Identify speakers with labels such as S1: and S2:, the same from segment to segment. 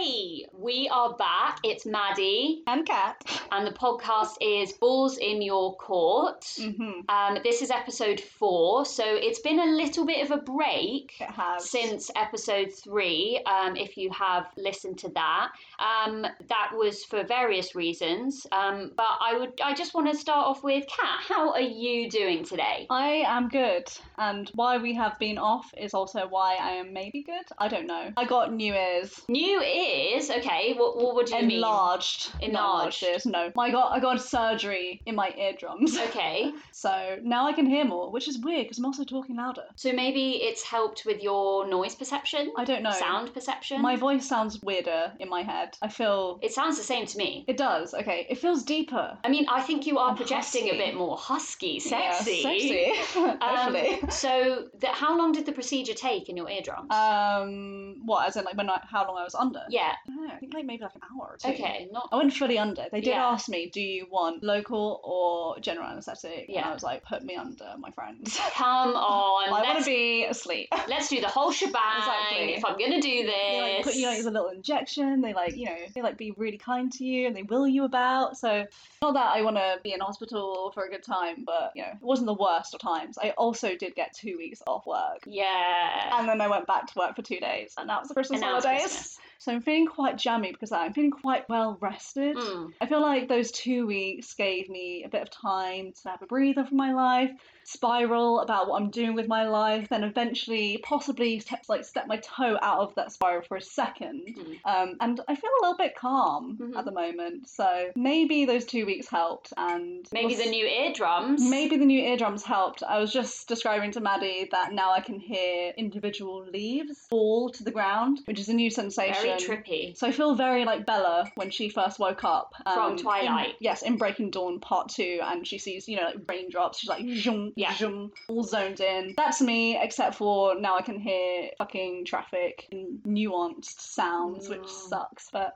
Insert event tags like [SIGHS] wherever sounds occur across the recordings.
S1: Hey, we are back. It's Maddie,
S2: And Kat.
S1: [LAUGHS] and the podcast is Balls in Your Court.
S2: Mm-hmm.
S1: Um, this is episode four, so it's been a little bit of a break
S2: It has.
S1: since episode three. Um, if you have listened to that, um, that was for various reasons. Um, but I would, I just want to start off with Kat. How are you doing today?
S2: I am good, and why we have been off is also why I am maybe good. I don't know. I got new ears.
S1: New ears, okay. What, what would you mean?
S2: Enlarged. Not
S1: Enlarged.
S2: Enlarged ears, no. I got I got surgery in my
S1: [LAUGHS]
S2: eardrums.
S1: Okay,
S2: So now I can hear more, which is weird because I'm also talking louder.
S1: so maybe it's helped with your noise perception,
S2: I don't know.
S1: sound perception.
S2: My voice sounds weirder in my head. I feel
S1: It sounds the same to me.
S2: it does. Okay, it feels deeper.
S1: I mean, I think you are
S2: And
S1: projecting a
S2: Oh, husky.
S1: bit more husky,
S2: Yeah,
S1: sexy.
S2: sexy. [LAUGHS]
S1: Um,
S2: Hopefully.
S1: so, the, how long did the procedure take in your eardrums?
S2: Um, what as in like when I, how long I was under?
S1: yeah.
S2: I don't know, I think like maybe like an hour or two.
S1: Okay. Not.
S2: I went fully under. They did
S1: Yeah.
S2: ask me, "Do you want local or general anaesthetic?" And
S1: Yeah.
S2: I was like, "Put me under, my friend. [LAUGHS]
S1: Come on.
S2: I want
S1: let's,
S2: to be asleep."
S1: [LAUGHS]
S2: [LAUGHS]
S1: let's do the whole shebang.
S2: Exactly.
S1: If I'm gonna do
S2: They like
S1: this.
S2: put you like there's a little injection. They like you know they like be really kind to you and they will you about. So not that I want to be in hospital for a good time, but you know it wasn't the worst of times. I also did get two weeks off work.
S1: yeah.
S2: And then I went back to work for two days, and that was the Christmas
S1: And now it's
S2: holidays.
S1: Christmas.
S2: So I'm feeling quite jammy because of that. I'm feeling quite well rested.
S1: Mm.
S2: I feel like those two weeks gave me a bit of time to have a breather from my life, spiral about what I'm doing with my life, then eventually possibly step, like step my toe out of that spiral for a second.
S1: Mm.
S2: Um, and I feel a little bit calm
S1: Mhm.
S2: at the moment. So maybe those two weeks helped, and
S1: Maybe the
S2: we'll
S1: new eardrums.
S2: Maybe the new eardrums helped. I was just describing to Maddie that now I can hear individual leaves fall to the ground, which is a new sensation.
S1: Very trippy.
S2: So I feel very like Bella when she first woke up um,
S1: From
S2: in-
S1: Twilight.
S2: yes, in Breaking Dawn Part Two, and she sees you know like raindrops. She's like zoom,
S1: Yeah.
S2: zoom, all zoned in. That's me, except for now I can hear fucking traffic and nuanced sounds,
S1: Mm.
S2: which sucks. But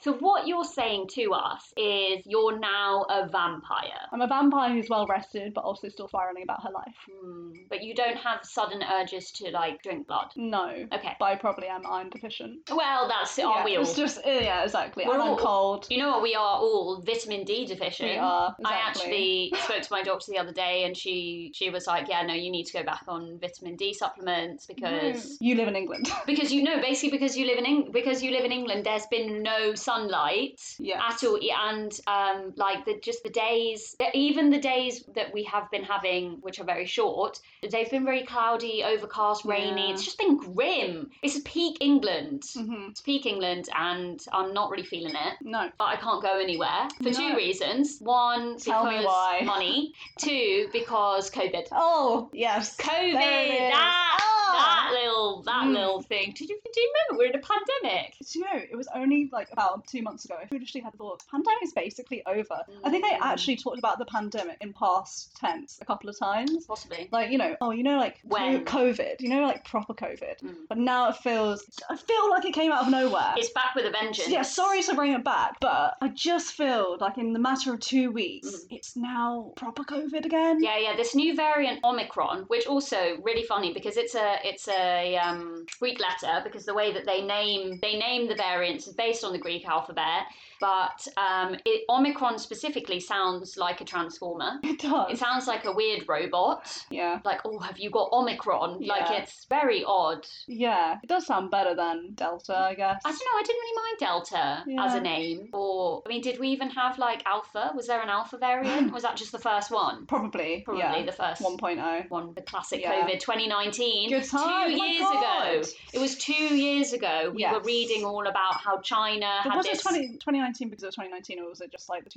S1: So what you're saying to us is you're now a vampire.
S2: I'm a vampire who's well rested, but also still spiraling about her life.
S1: Mm. But you don't have sudden urges to like drink blood.
S2: No,
S1: Okay.
S2: but I probably am iron deficient.
S1: Well, that's it. Aren't
S2: yeah,
S1: we all?
S2: It's just uh, yeah, exactly.
S1: We're
S2: and
S1: all-
S2: I'm cold.
S1: You know what? We are all vitamin D deficient.
S2: We are. Exactly.
S1: I actually spoke to my doctor the other day, and she she was like, "Yeah, no, you need to go back on vitamin D supplements because
S2: you live in England. [LAUGHS]
S1: because you know basically because you live in Eng- because you live in England, there's been no sunlight."
S2: yeah.
S1: At all, Yeah, and um, like the just the days, that even the days that we have been having, which are very short, they've been very cloudy, overcast, rainy.
S2: Yeah.
S1: It's just been grim. This is peak England.
S2: Mhm.
S1: It's peak England, and I'm not really feeling it
S2: No.
S1: but I can't go anywhere for
S2: No.
S1: two reasons. One, because
S2: Tell me why. [LAUGHS]
S1: money. Two, because COVID.
S2: Oh yes.
S1: COVID,
S2: There it is.
S1: that,
S2: Ah!
S1: that little that
S2: Mm.
S1: little thing. Did you, do you remember we're in a pandemic?
S2: Do you know, it was only like about two months ago. I foolishly had the thought, pandemic is basically over. I think I
S1: Mm.
S2: actually talked about the pandemic in past tense a couple of times.
S1: Possibly.
S2: Like, you know, oh, you know, like co-
S1: When?
S2: COVID, you know, like proper COVID.
S1: Mm.
S2: But now it feels, I feel like it came out of nowhere.
S1: It's back with a vengeance.
S2: uh, yeah, sorry to bring it back, but I just feel like in the matter of two weeks,
S1: Mm.
S2: it's now proper COVID again.
S1: Yeah, yeah. This new variant Omicron, which also really funny because it's a it's a um, Greek letter because the way that they name they name the variants is based on the Greek alphabet. But um, it, Omicron specifically sounds like a transformer.
S2: [LAUGHS] It does.
S1: It sounds like a weird robot.
S2: yeah.
S1: Like, oh, have you got Omicron? Like,
S2: Yeah.
S1: it's very odd.
S2: Yeah. It does sound better than Delta, I guess.
S1: I don't know. I didn't really mind Delta as a
S2: Yeah.
S1: name. Or, I mean, did we even have like Alpha? Was there an Alpha
S2: [LAUGHS]
S1: variant? Was that just the first one?
S2: Probably.
S1: Probably
S2: yeah.
S1: the first
S2: 1.0.
S1: one, the classic
S2: Yeah.
S1: COVID 2019.
S2: oh. Good time.
S1: Two
S2: Oh my
S1: years
S2: God.
S1: ago. It was two years ago. We were
S2: Yes.
S1: reading all about how China
S2: But
S1: had
S2: was
S1: this.
S2: it 20, 2019 because it was 2019 or was it just like the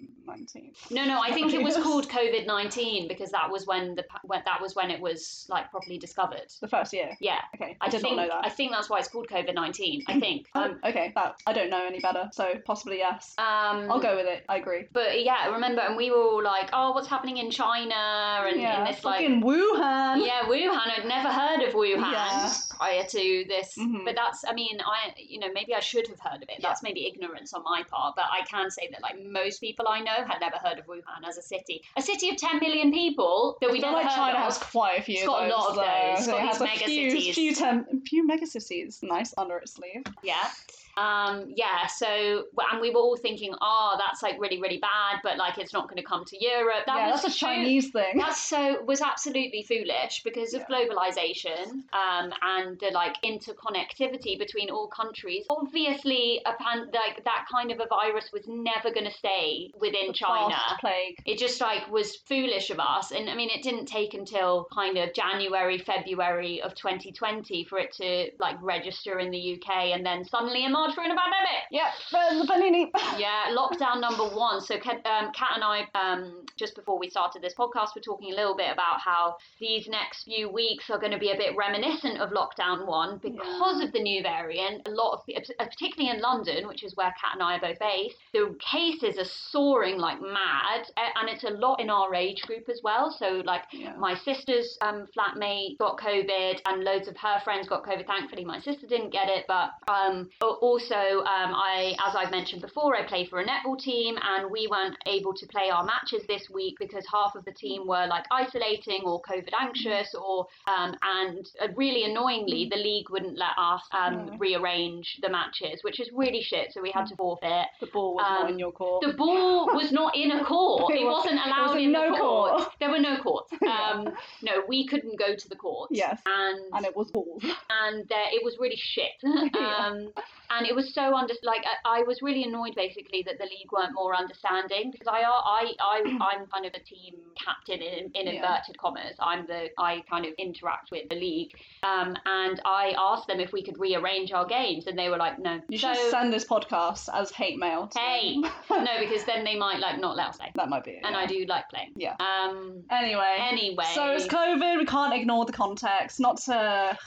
S2: 2019?
S1: No, no. I think it was
S2: [LAUGHS] Yes.
S1: called COVID nineteen because that was when the pa- when, that was when it was like properly discovered.
S2: The first year.
S1: Yeah,
S2: Okay. I,
S1: I,
S2: did
S1: think
S2: not know that.
S1: I think that's why it's called COVID nineteen.
S2: [CLEARS THROAT]
S1: I think. um,
S2: Oh, okay, that I don't know any better, so possibly yes.
S1: Um,
S2: I'll go with it. I agree.
S1: But yeah, I remember, and we were all like, "Oh, what's happening in China?" And
S2: yeah.
S1: in this like,
S2: fucking Wuhan.
S1: Um, yeah, Wuhan. I'd never heard of Wuhan
S2: Yeah.
S1: prior to this.
S2: Mhm.
S1: But that's, I mean, I, you know, maybe I should have heard of it.
S2: Yeah.
S1: That's maybe ignorance on my part. But I can say that like most people I know had never heard of Wuhan as a city, a city of ten million people that
S2: I
S1: we
S2: feel
S1: never
S2: like
S1: heard
S2: China
S1: of.
S2: has quite a few.
S1: It's got a
S2: of those,
S1: lot of those. It's
S2: though.
S1: got
S2: it
S1: these
S2: has a
S1: mega
S2: few,
S1: cities.
S2: Few, ten, few mega cities. Nice under its sleeve.
S1: Yeah. Um, yeah, so well, and we were all thinking, oh, that's like really, really bad, but like it's not going to come to Europe. That
S2: yeah,
S1: was
S2: that's a
S1: so-
S2: Chinese thing.
S1: That's so was absolutely foolish because of
S2: Yeah.
S1: globalization um, and the like interconnectivity between all countries. Obviously, a pan- like that kind of a virus was never going to stay within
S2: [LAUGHS] The
S1: China.
S2: past plague.
S1: It just like was foolish of us, and I mean, it didn't take until kind of January, February of 2020 for it to like register in the UK, and then suddenly in March we're in a pandemic
S2: Yeah, the panini.
S1: yeah, lockdown number one. So, Kat, um, Kat and I, um, just before we started this podcast, were talking a little bit about how these next few weeks are going to be a bit reminiscent of lockdown one because of the new variant. A lot of, pe- uh, particularly in London, which is where Kat and I are both based, the cases are soaring like mad, a- and it's a lot in our age group as well. So, like,
S2: [LAUGHS] Yeah.
S1: my sister's um, flatmate got COVID, and loads of her friends got COVID. Thankfully, my sister didn't get it. But um, a- also, um, I, as I've mentioned before, I play for a netball team, and we weren't able to play our matches this week because half of the team were like isolating or COVID anxious, or um, and uh, really annoyingly, the league wouldn't let us um,
S2: No.
S1: rearrange the matches, which is really shit. So we had to forfeit.
S2: The ball was not
S1: Um,
S2: in your court.
S1: The ball was not in a court.
S2: [LAUGHS] It
S1: It
S2: was-
S1: wasn't allowed
S2: was a
S1: in
S2: no
S1: the court.
S2: court. [LAUGHS]
S1: There were no courts.
S2: Yeah.
S1: Um, no, we couldn't go to the courts.
S2: Yes.
S1: And
S2: [LAUGHS] and it was balls.
S1: and there, it was really
S2: [LAUGHS]
S1: shit. um, and it was so under like I, I was really annoyed basically that the league weren't more understanding because I are I I
S2: [CLEARS THROAT]
S1: I'm kind of a team captain in, in
S2: Yeah.
S1: inverted commas. I'm the I kind of interact with the league. Um, and I asked them if we could rearrange our games, and they were like, no.
S2: You
S1: so
S2: should send this podcast as hate mail. To
S1: Hey.
S2: them.
S1: no, because then they might like not let us play,
S2: [LAUGHS] that might be it.
S1: and
S2: yeah.
S1: I do like playing.
S2: Yeah.
S1: Um.
S2: Anyway.
S1: Anyway.
S2: So it's COVID. We can't ignore the context. Not to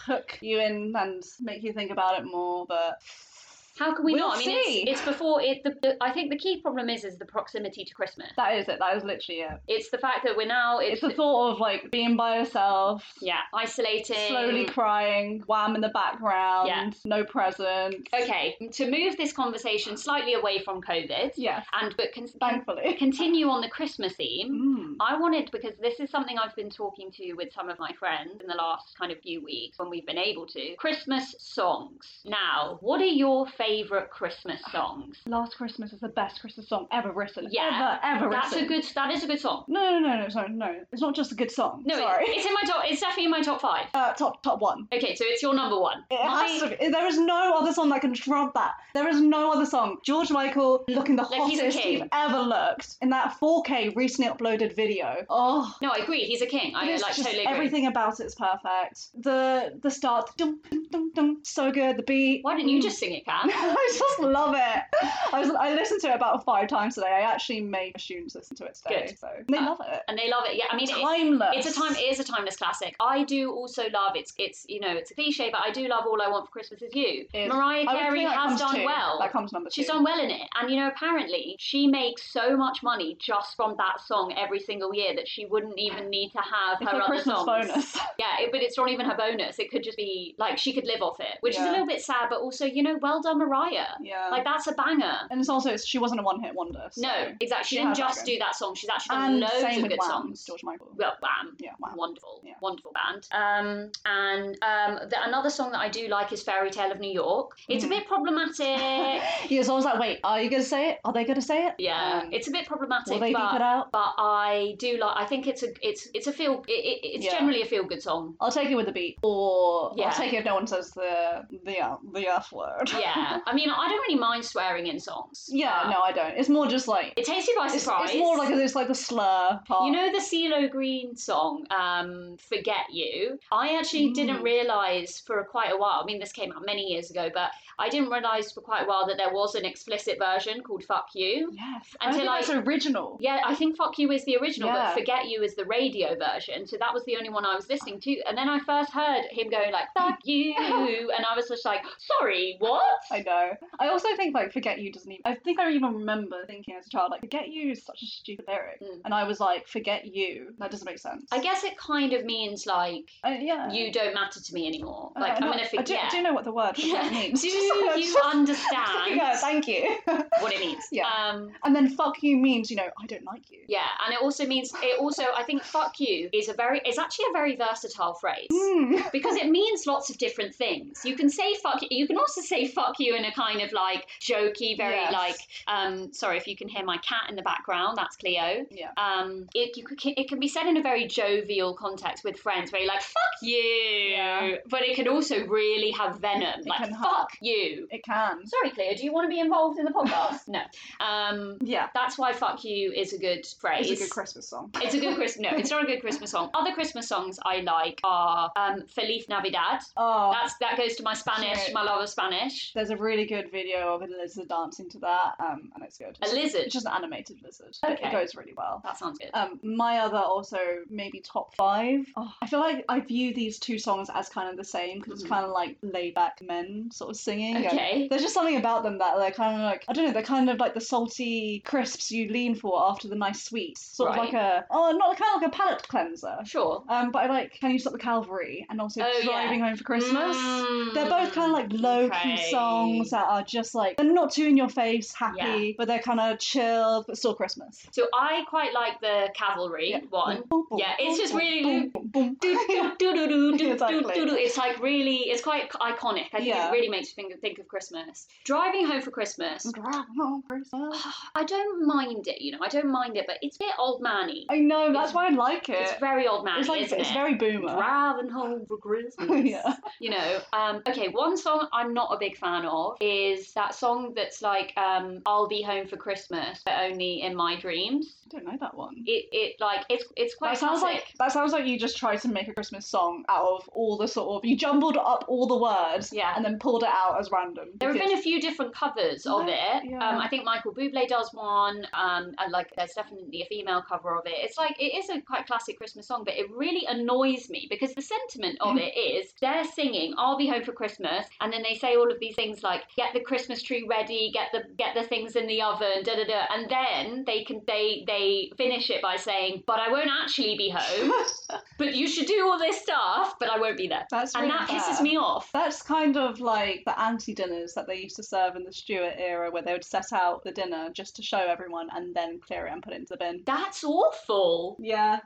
S2: hook you in and make you think about it more, but
S1: How can we
S2: We'll
S1: not? I mean,
S2: see.
S1: it's, it's before it. The, the, I think the key problem is is the proximity to Christmas.
S2: that is it. That is literally it.
S1: It's the fact that we're now.
S2: It's
S1: It's,
S2: the thought of like being by yourself,
S1: yeah, isolating.
S2: slowly crying, wham in the background,
S1: Yeah.
S2: no presents.
S1: Okay, to move this conversation slightly away from COVID
S2: Yes.
S1: and but con-
S2: Thankfully.
S1: [LAUGHS] continue on the Christmas theme.
S2: Mm.
S1: I wanted because this is something I've been talking to with some of my friends in the last kind of few weeks when we've been able to. Christmas songs. Now, what are your favourite Christmas songs?
S2: Last Christmas is the best Christmas song ever written.
S1: Yeah,
S2: Ever, ever
S1: That's
S2: written.
S1: a good. That is a good song.
S2: No, no, no, no, sorry, no. It's not just a good song.
S1: No, it-
S2: sorry. [LAUGHS]
S1: it's in my top. It's definitely in my top five.
S2: Uh, top, top one.
S1: Okay, so it's your number one.
S2: It
S1: My-
S2: has to be. There is no other song that can trump that. There is no other song. George Michael looking the
S1: Like, he's a
S2: hottest
S1: king.
S2: you've ever looked in that 4K recently uploaded video. Oh.
S1: No, I agree. He's a king. I
S2: it is
S1: like
S2: just
S1: totally agree.
S2: everything about it is perfect. The the start, dum, dum, dum, dum, so good. The beat.
S1: Why didn't you just sing it, Cam?
S2: [LAUGHS] I just love it. I was I listened to it about five times today. I actually made students listen to it today.
S1: Good.
S2: So they
S1: Uh,
S2: love it.
S1: And they love it. Yeah, I mean, it,
S2: Timeless.
S1: it's a time. It is a timeless classic. I do also love. It's it's you know it's a cliche, but I do love all I want for Christmas is you.
S2: Is-
S1: Mariah
S2: I would
S1: Carey
S2: think that
S1: has
S2: comes
S1: done
S2: two.
S1: well.
S2: That comes number two.
S1: She's done well in it, and you know apparently she makes so much money just from that song every single year that she wouldn't even need to have
S2: it's
S1: her
S2: a
S1: other
S2: Christmas
S1: songs. [LAUGHS]
S2: bonus.
S1: Yeah, it, but it's not even her bonus. It could just be like she could live off it, which is
S2: Yeah.
S1: a little bit sad, but also you know well done Mariah.
S2: [LAUGHS] yeah.
S1: Like that's a banger.
S2: and it's also she wasn't a one hit wonder. so-
S1: No, exactly. She
S2: She
S1: didn't
S2: has that
S1: just do that song. She's actually done
S2: And
S1: loads
S2: same
S1: of
S2: with
S1: good
S2: Wham,
S1: songs.
S2: George Michael.
S1: Well, Wham.
S2: Yeah, Wham.
S1: Wonderful,
S2: Yeah.
S1: wonderful band. Um, and um, the, another song that I do like is Fairy Tale of New York. It's
S2: Mhm.
S1: a bit
S2: [LAUGHS]
S1: problematic.
S2: yeah, so I was like, wait, are you gonna say it? Are they gonna say it?
S1: yeah,
S2: Um,
S1: it's a bit
S2: will
S1: problematic,
S2: they beep it
S1: but,
S2: out?
S1: but I do like. I think it's a it's it's a feel. It, it, it's
S2: Yeah.
S1: generally a feel good song.
S2: I'll take it with the beat, or
S1: Yeah.
S2: I'll take it if no one says the the uh, the F word. [LAUGHS]
S1: Yeah, I mean, I don't really mind swearing in songs.
S2: yeah,
S1: Uh,
S2: no, I don't. It's more just like
S1: it takes you by
S2: it's,
S1: surprise.
S2: it's more like Oh. it's like the slur part.
S1: You know the CeeLo Green song, um, Forget You? I actually
S2: Mm.
S1: didn't realise for quite a while, I mean, this came out many years ago, but I didn't realise for quite a while that there was an explicit version called Fuck You.
S2: Yes. I
S1: Until
S2: think
S1: I-
S2: that's original.
S1: Yeah, I think Fuck You is the original,
S2: Yeah.
S1: but Forget You is the radio version. So that was the only one I was listening to. And then I first heard him
S2: [LAUGHS]
S1: going like, Fuck You. And I was just like, sorry, what?
S2: I know. I also think like Forget Forget You doesn't even. I think I even remember thinking as a child, like, Forget You is such a stupid lyric.
S1: Mm.
S2: And I was like, Forget You. That doesn't make sense.
S1: I guess it kind of means like
S2: Uh, yeah.
S1: you don't matter to me anymore.
S2: Uh,
S1: Like I'm
S2: not-
S1: gonna
S2: I do,
S1: forget.
S2: do you know what the word
S1: Yeah.
S2: forget means.
S1: [LAUGHS]
S2: [LAUGHS]
S1: Do
S2: I
S1: you
S2: just-
S1: understand
S2: [LAUGHS] yeah, thank you.
S1: what it means?
S2: Yeah.
S1: Um,
S2: and then fuck you means, you know, I don't like you.
S1: yeah, and it also means it also I think "fuck you" is a very is actually a very versatile phrase
S2: Mm. [LAUGHS]
S1: because it means lots of different things. You can say "fuck you," you can also say "fuck you" in a kind of like jokey, very
S2: Yes.
S1: like um, sorry if you can hear my cat in the background, that's Cleo.
S2: Yeah.
S1: Um, it you, c- it can be said in a very jovial context with friends, where you're like "fuck you,"
S2: Yeah.
S1: but it can also really have venom,
S2: It
S1: like
S2: can
S1: "fuck
S2: hurt.
S1: you."
S2: It can.
S1: Sorry, Cleo, do you want to be involved in the podcast? no. Um,
S2: Yeah.
S1: that's why "fuck you" is a good phrase.
S2: It's a good Christmas song.
S1: It's a good Christmas. No, it's not a good Christmas song. Other Christmas songs I like are um, "Feliz Navidad."
S2: Oh,
S1: That's that goes to my Spanish,
S2: Shit.
S1: my love of Spanish.
S2: there's a really good video of a lizard dancing to that, um, and it's good.
S1: A
S2: It's,
S1: lizard.
S2: it's just an animated lizard. but
S1: Okay.
S2: It goes really well.
S1: That sounds good.
S2: Um, my other also maybe top five. Oh, I feel like I view these two songs as kind of the same because
S1: Mhm.
S2: it's kind of like laid back men sort of singing. and
S1: Okay.
S2: There's just something about them that they're kind of like I don't know. They're kind of like the salty crisps you lean for after the nice sweets, sort
S1: Right.
S2: of like a oh, not kind of like a palate cleanser.
S1: Sure.
S2: Um, but I like Can You Stop the Calvary and also
S1: Oh, yeah.
S2: Driving Home for Christmas.
S1: Mm,
S2: They're both kind of like low
S1: okay.
S2: key songs that are just like they're not too in your face, happy, but they're kind of chill, but still Christmas.
S1: So I quite like the cavalry
S2: Yeah.
S1: one.
S2: Boom, boom,
S1: Yeah, it's
S2: boom,
S1: just
S2: boom,
S1: really-
S2: boom, boom,
S1: [LAUGHS]
S2: boom. [LAUGHS]
S1: Do, do, do, do, do, do, do,
S2: Exactly.
S1: do, do. It's like really, it's quite iconic. I think
S2: Yeah.
S1: it really makes you think, think of Christmas. Driving home for Christmas,
S2: Driving home for Christmas.
S1: [SIGHS] I don't mind it, you know, I don't mind it, but it's a bit old manny.
S2: I know that's why I like it.
S1: It's very old manny,
S2: It's like
S1: isn't
S2: it's
S1: it?
S2: very boomer.
S1: Driving
S2: [LAUGHS]
S1: home for Christmas.
S2: yeah.
S1: You know, um, okay, one song I'm not a big fan of is that song that's like, um, I'll be home for Christmas, but only in my dreams.
S2: I don't know that one.
S1: It, it like, it's, it's quite
S2: that sounds
S1: classic.
S2: like that sounds like you just tried to make a Christmas song out of all the sort of you jumbled up all the words
S1: Yeah.
S2: and then pulled it out as random.
S1: There have
S2: because-
S1: been a few different covers of it.
S2: Yeah.
S1: Um, I think Michael Bublé does one. Um, and like, there's definitely a female cover of it. It's like it is a quite classic Christmas song, but it really annoys me because the sentiment of
S2: Mm.
S1: it is they're singing "I'll be home for Christmas," and then they say all of these things like "Get the Christmas tree ready," "Get the get the things in the oven," da da da, and then they can they they finish it by saying, "But I won't actually be
S2: [LAUGHS]
S1: home. but you should do all this stuff, but I won't be there."
S2: That's
S1: And
S2: really
S1: that
S2: bad.
S1: pisses me off.
S2: That's kind of like the anti dinners that they used to serve in the Stuart era, where they would set out the dinner just to show everyone and then clear it and put it into the bin.
S1: That's awful.
S2: Yeah.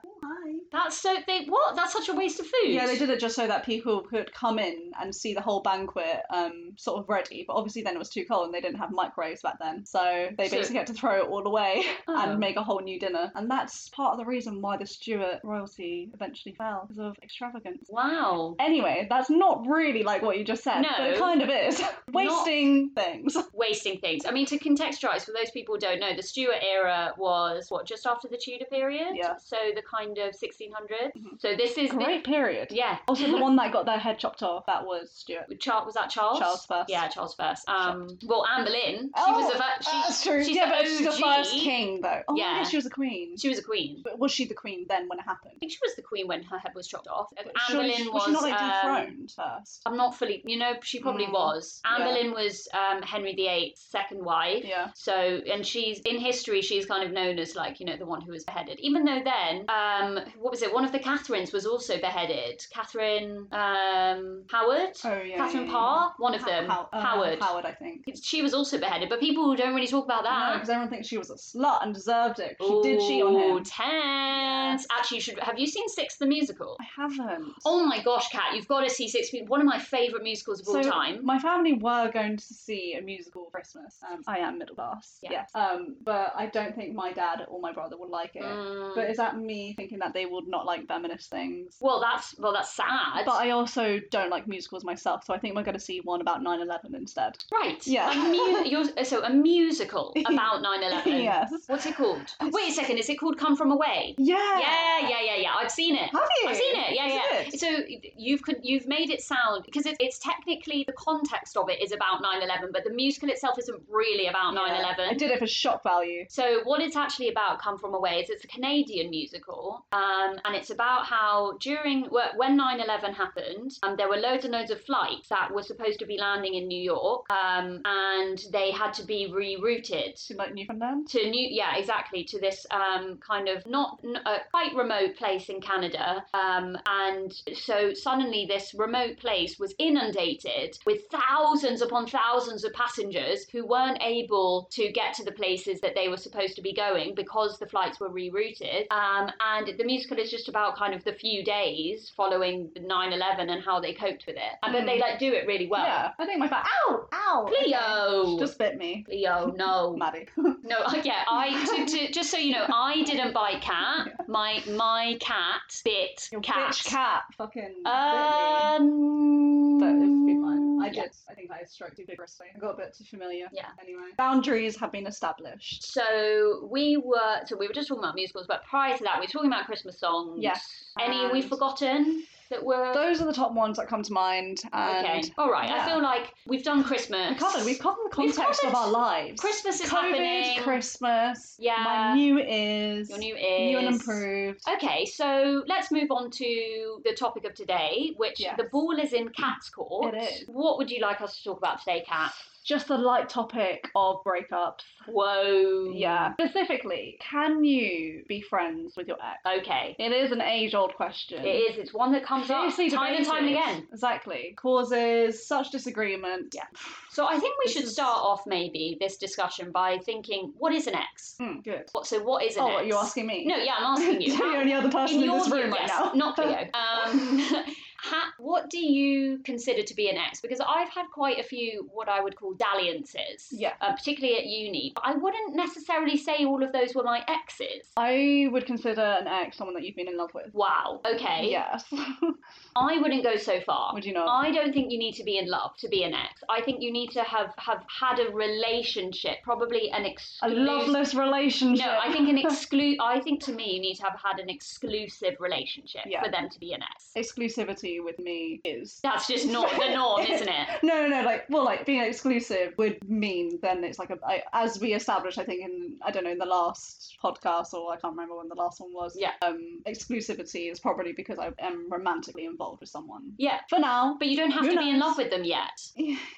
S1: That's so they what? That's such a waste of food.
S2: Yeah, they did it just so that people could come in and see the whole banquet um, sort of ready. But obviously, then it was too cold and they didn't have microwaves back then. So they
S1: So-
S2: basically had to throw it all away [LAUGHS]
S1: Oh.
S2: and make a whole new dinner. And that's part of the reason why the Stuart royalty eventually fell because of extravagance.
S1: Wow.
S2: Anyway, that's not really like what you just said,
S1: No.
S2: but it kind of is. [LAUGHS] Wasting things.
S1: Wasting things. I mean, to contextualize, for those people who don't know, the Stuart era was what just after the Tudor period.
S2: Yeah.
S1: So the kind of 1600s.
S2: Mhm.
S1: So this is
S2: Great period.
S1: The, yeah.
S2: [LAUGHS] Also, the one that got their head chopped off, that was Stuart.
S1: [LAUGHS] Char- was that Charles?
S2: Charles first. Oh,
S1: Yeah, Charles first. Um, well, Anne Boleyn. She was the fir- she,
S2: that's true.
S1: she's
S2: yeah,
S1: the
S2: but she's the
S1: OG.
S2: first king, though. Oh,
S1: Yeah.
S2: yeah. she was a queen.
S1: she was a queen.
S2: But was she the queen then when it happened?
S1: I think she was the queen when her head was chopped off. And
S2: But
S1: Anne
S2: surely-
S1: Boleyn
S2: was
S1: was.
S2: she not like
S1: um,
S2: dethroned first?
S1: I'm not fully. You know, she probably
S2: Mm.
S1: was. Anne
S2: Yeah.
S1: Boleyn was um, Henry VIII's second wife.
S2: Yeah.
S1: So, and she's in history, she's kind of known as like, you know, the one who was beheaded. Even though then, um, what was it? One of the Catherines was also beheaded. Catherine um, Howard,
S2: Oh yeah.
S1: Catherine
S2: yeah, yeah.
S1: Parr, one of
S2: Ha-
S1: them,
S2: How- uh,
S1: Howard.
S2: Howard, I think.
S1: She was also beheaded, but people don't really talk about that.
S2: because everyone thinks she was a slut and deserved it. She did cheat on
S1: Ooh,
S2: him.
S1: tense. Actually, you should have you seen Six the musical?
S2: I haven't.
S1: Oh my gosh, Kat, you've got to see Six. One of my favorite musicals of all
S2: So,
S1: time.
S2: My family were going to see a musical for Christmas. Um, I am middle class.
S1: Yeah.
S2: Yes. Um, but I don't think my dad or my brother would like it.
S1: Mm.
S2: But is that me thinking that they would not like feminist things?
S1: well, that's well, that's sad.
S2: But I also don't like musicals myself, so I think we're going to see one about 9 11 instead.
S1: Right.
S2: Yeah.
S1: A mu- you're, uh, so a musical
S2: [LAUGHS]
S1: about 9/11.
S2: yes.
S1: What's it called? Wait a second. Is it called Come From Away?
S2: Yeah.
S1: Yeah, yeah, yeah, yeah. I've seen it.
S2: Have you?
S1: I've seen it. Yeah,
S2: Is
S1: yeah.
S2: it?
S1: So you've con- you've made it sound because it, it's technically the context of it is about 9/11, but the musical itself isn't really about
S2: Yeah.
S1: 9/11.
S2: I did it for shock value.
S1: So what it's actually about, Come From Away, is it's a Canadian musical Um, and it's about how during wh- when 9/11 happened, um, there were loads and loads of flights that were supposed to be landing in New York, um, and they had to be rerouted
S2: to like Newfoundland.
S1: to new yeah exactly to this um, kind of not n- a quite remote place in canada um, and so suddenly this remote place was inundated with thousands upon thousands of passengers who weren't able to get to the places that they were supposed to be going because the flights were rerouted um, and the musical is just about kind of the few days following the 9-11 and how they coped with it and then they like do it really well
S2: yeah, I think my back. Ow, ow.
S1: Cleo!
S2: okay. She just bit me.
S1: Leo, no.
S2: Maddie. [LAUGHS]
S1: No, [LAUGHS] I- yeah, I to, to, just so you know, I didn't bite cat. My my cat bit
S2: Your
S1: cat.
S2: bitch cat. Fucking bit me.
S1: Um,
S2: But it would be fine. I
S1: yeah.
S2: did. I think I stroked too vigorously. I got a bit too familiar.
S1: Yeah.
S2: Anyway, boundaries have been established.
S1: So we were so we were just talking about musicals, but prior to that, we were talking about Christmas songs.
S2: Yes.
S1: Any we've
S2: And-
S1: forgotten that were
S2: Those are the top ones that come to mind. And
S1: okay. All right. I
S2: yeah.
S1: feel like we've done Christmas.
S2: we covered. We've covered the
S1: We've
S2: context
S1: covered
S2: of our lives.
S1: Christmas is
S2: COVID,
S1: happening.
S2: Christmas.
S1: Yeah.
S2: My new is.
S1: Your new
S2: new
S1: is
S2: and improved.
S1: Okay, so let's move on to the topic of today, which
S2: Yes.
S1: the ball is in Cat's court.
S2: It is.
S1: What would you like us to talk about today, Cat?
S2: Just the light topic of breakups.
S1: Whoa.
S2: Yeah. Specifically, can you be friends with your ex?
S1: Okay.
S2: It is an age-old question.
S1: It is. It's one that comes up
S2: Seriously
S1: time and time
S2: debated.
S1: again.
S2: Exactly. Causes such disagreement.
S1: Yeah. So I think we
S2: This
S1: should
S2: is-
S1: start off maybe this discussion by thinking, what is an ex?
S2: Mm, good.
S1: What? So what is an
S2: Oh,
S1: ex?
S2: what, you're asking me?
S1: No, yeah, I'm asking you.
S2: [LAUGHS] You're the
S1: How-
S2: only other person in, this
S1: view-
S2: room right
S1: yes,
S2: now. [LAUGHS]
S1: Not Cleo. Um, [LAUGHS] ha- what do you consider to be an ex? Because I've had quite a few what I would call dalliances,
S2: Yeah.
S1: uh, particularly at uni. But I wouldn't necessarily say all of those were my exes.
S2: I would consider an ex someone that you've been in love with.
S1: Wow. Okay.
S2: Yes. [LAUGHS]
S1: I wouldn't go so far.
S2: would you not?
S1: I don't think you need to be in love to be an ex. I think you need to have have had a relationship, probably an
S2: A
S1: exclusive.
S2: loveless relationship.
S1: No, I think
S2: [LAUGHS]
S1: an exclu. I think to me, you need to have had an exclusive relationship
S2: Yeah.
S1: for them to be an ex.
S2: exclusivity with me is.
S1: That's just not
S2: [LAUGHS]
S1: the norm, isn't it?
S2: No, no, no. Like, well, like being exclusive would mean then it's like a, I, as we established, I think in I don't know in the last podcast or I can't remember when the last one was.
S1: Yeah.
S2: Um, exclusivity is probably because I am romantically involved with someone
S1: Yeah,
S2: for now.
S1: but you don't have
S2: Who
S1: to be in
S2: knows?
S1: love with them yet.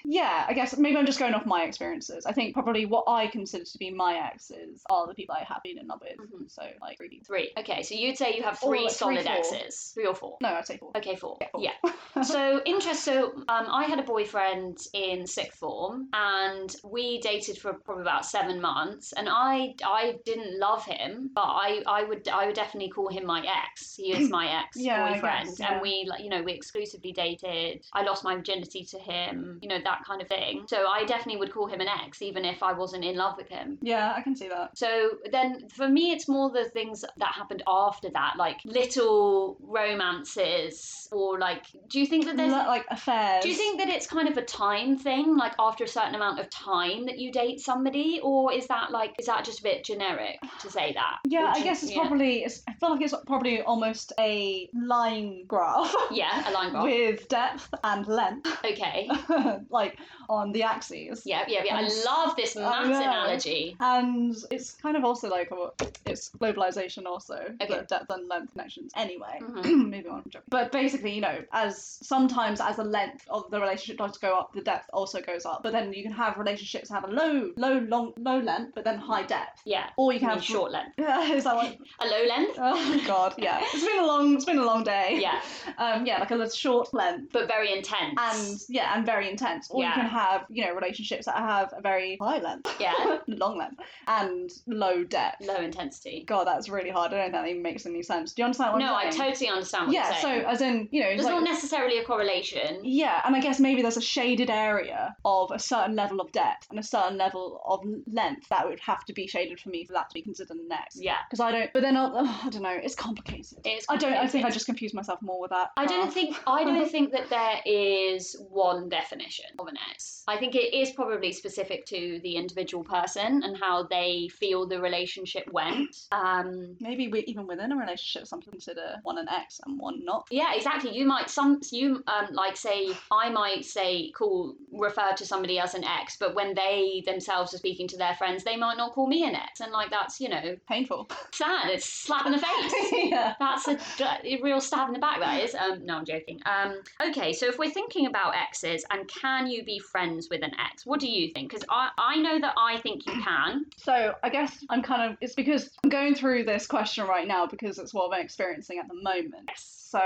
S2: Yeah, I guess maybe I'm just going off my experiences. I think probably what I consider to be my exes are the people I have been in love with.
S1: Mhm.
S2: So like three. people.
S1: Three. Okay, so you'd say you have
S2: Or
S1: three
S2: like three,
S1: solid
S2: four.
S1: exes. Three or four.
S2: No, I'd say four.
S1: Okay, four.
S2: Yeah, four.
S1: Yeah.
S2: [LAUGHS]
S1: so interest. So um, I had a boyfriend in sixth form, and we dated for probably about seven months. And I, I didn't love him, but I, I would, I would definitely call him my ex. He
S2: [CLEARS THROAT]
S1: is my ex
S2: Yeah, I
S1: boyfriend,
S2: guess,
S1: and
S2: yeah.
S1: we, like, you know, we exclusively dated. I lost my virginity to him, you know, that kind of thing. So I definitely would call him an ex, even if I wasn't in love with him.
S2: Yeah, I can see that.
S1: So then for me, it's more the things that happened after that, like little romances, or like, do you think that there's.
S2: Like affairs.
S1: do you think that it's kind of a time thing, like after a certain amount of time that you date somebody, or is that like is that just a bit generic to say that?
S2: [SIGHS] Yeah,
S1: Or do
S2: I
S1: you-
S2: guess it's
S1: yeah.
S2: probably. It's, I feel like it's probably almost a line graph [LAUGHS]
S1: yeah, a line graph.
S2: with depth and length, [LAUGHS]
S1: Okay,
S2: like on the axes.
S1: yeah, yeah, yeah. I
S2: Yes. Oh,
S1: love this
S2: I
S1: maths
S2: know.
S1: analogy.
S2: And it's kind of also like a, it's globalization also
S1: Okay.
S2: the depth and length connections. Anyway,
S1: Mhm.
S2: [CLEARS THROAT] moving on. from Japan. But basically, you know, as sometimes as the length of the relationship does go up, the depth also goes up. But then you can have relationships that have a low, low, long, low length, but then high depth,
S1: Yeah,
S2: or you
S1: you
S2: can
S1: mean
S2: have
S1: short length,
S2: [LAUGHS] Yeah, is that what?
S1: [LAUGHS] a low length.
S2: Oh God, yeah. It's been a long, it's been a long day.
S1: Yeah,
S2: Um, yeah, like a little short length.
S1: but very intense.
S2: And yeah, and very intense. Or
S1: Yeah.
S2: you can have, you know, relationships that have a very high length, [LAUGHS]
S1: yeah,
S2: long length, and low depth.
S1: low intensity.
S2: [LAUGHS] God, that's really hard. I don't think that even makes any sense. Do you understand what
S1: No, I
S2: I'm saying?
S1: totally understand what
S2: Yeah,
S1: you're saying.
S2: so as in, you know, it's
S1: There's
S2: like,
S1: not necessarily a correlation.
S2: yeah, and I guess maybe there's a shaded area of a certain level of depth and a certain level of length that would have to be shaded for me for that to be considered next.
S1: Yeah.
S2: Because I don't, but then I'll, oh, I don't know, it's complicated.
S1: It's
S2: I don't. I think I
S1: complicated.
S2: just confused myself more with that.
S1: I don't
S2: graph.
S1: think I don't think that there is one definition of an ex. I think it is probably specific to the individual person and how they feel the relationship went. Um,
S2: maybe we even within a relationship, some people consider one an ex and one not.
S1: yeah, exactly. you might some you um, like say I might say call refer to somebody as an ex, but when they themselves are speaking to their friends, they might not call me an ex, and like that's you know
S2: Painful.
S1: sad. It's slap in the face.
S2: [LAUGHS] yeah.
S1: That's a, a real stab in the back. That is. Um, no, I'm joking. Um, okay, so if we're thinking about exes and can you be friends with an ex, what do you think? Because I I know that I think you can.
S2: So I guess I'm kind of it's because I'm going through this question right now because it's what I'm experiencing at the moment. So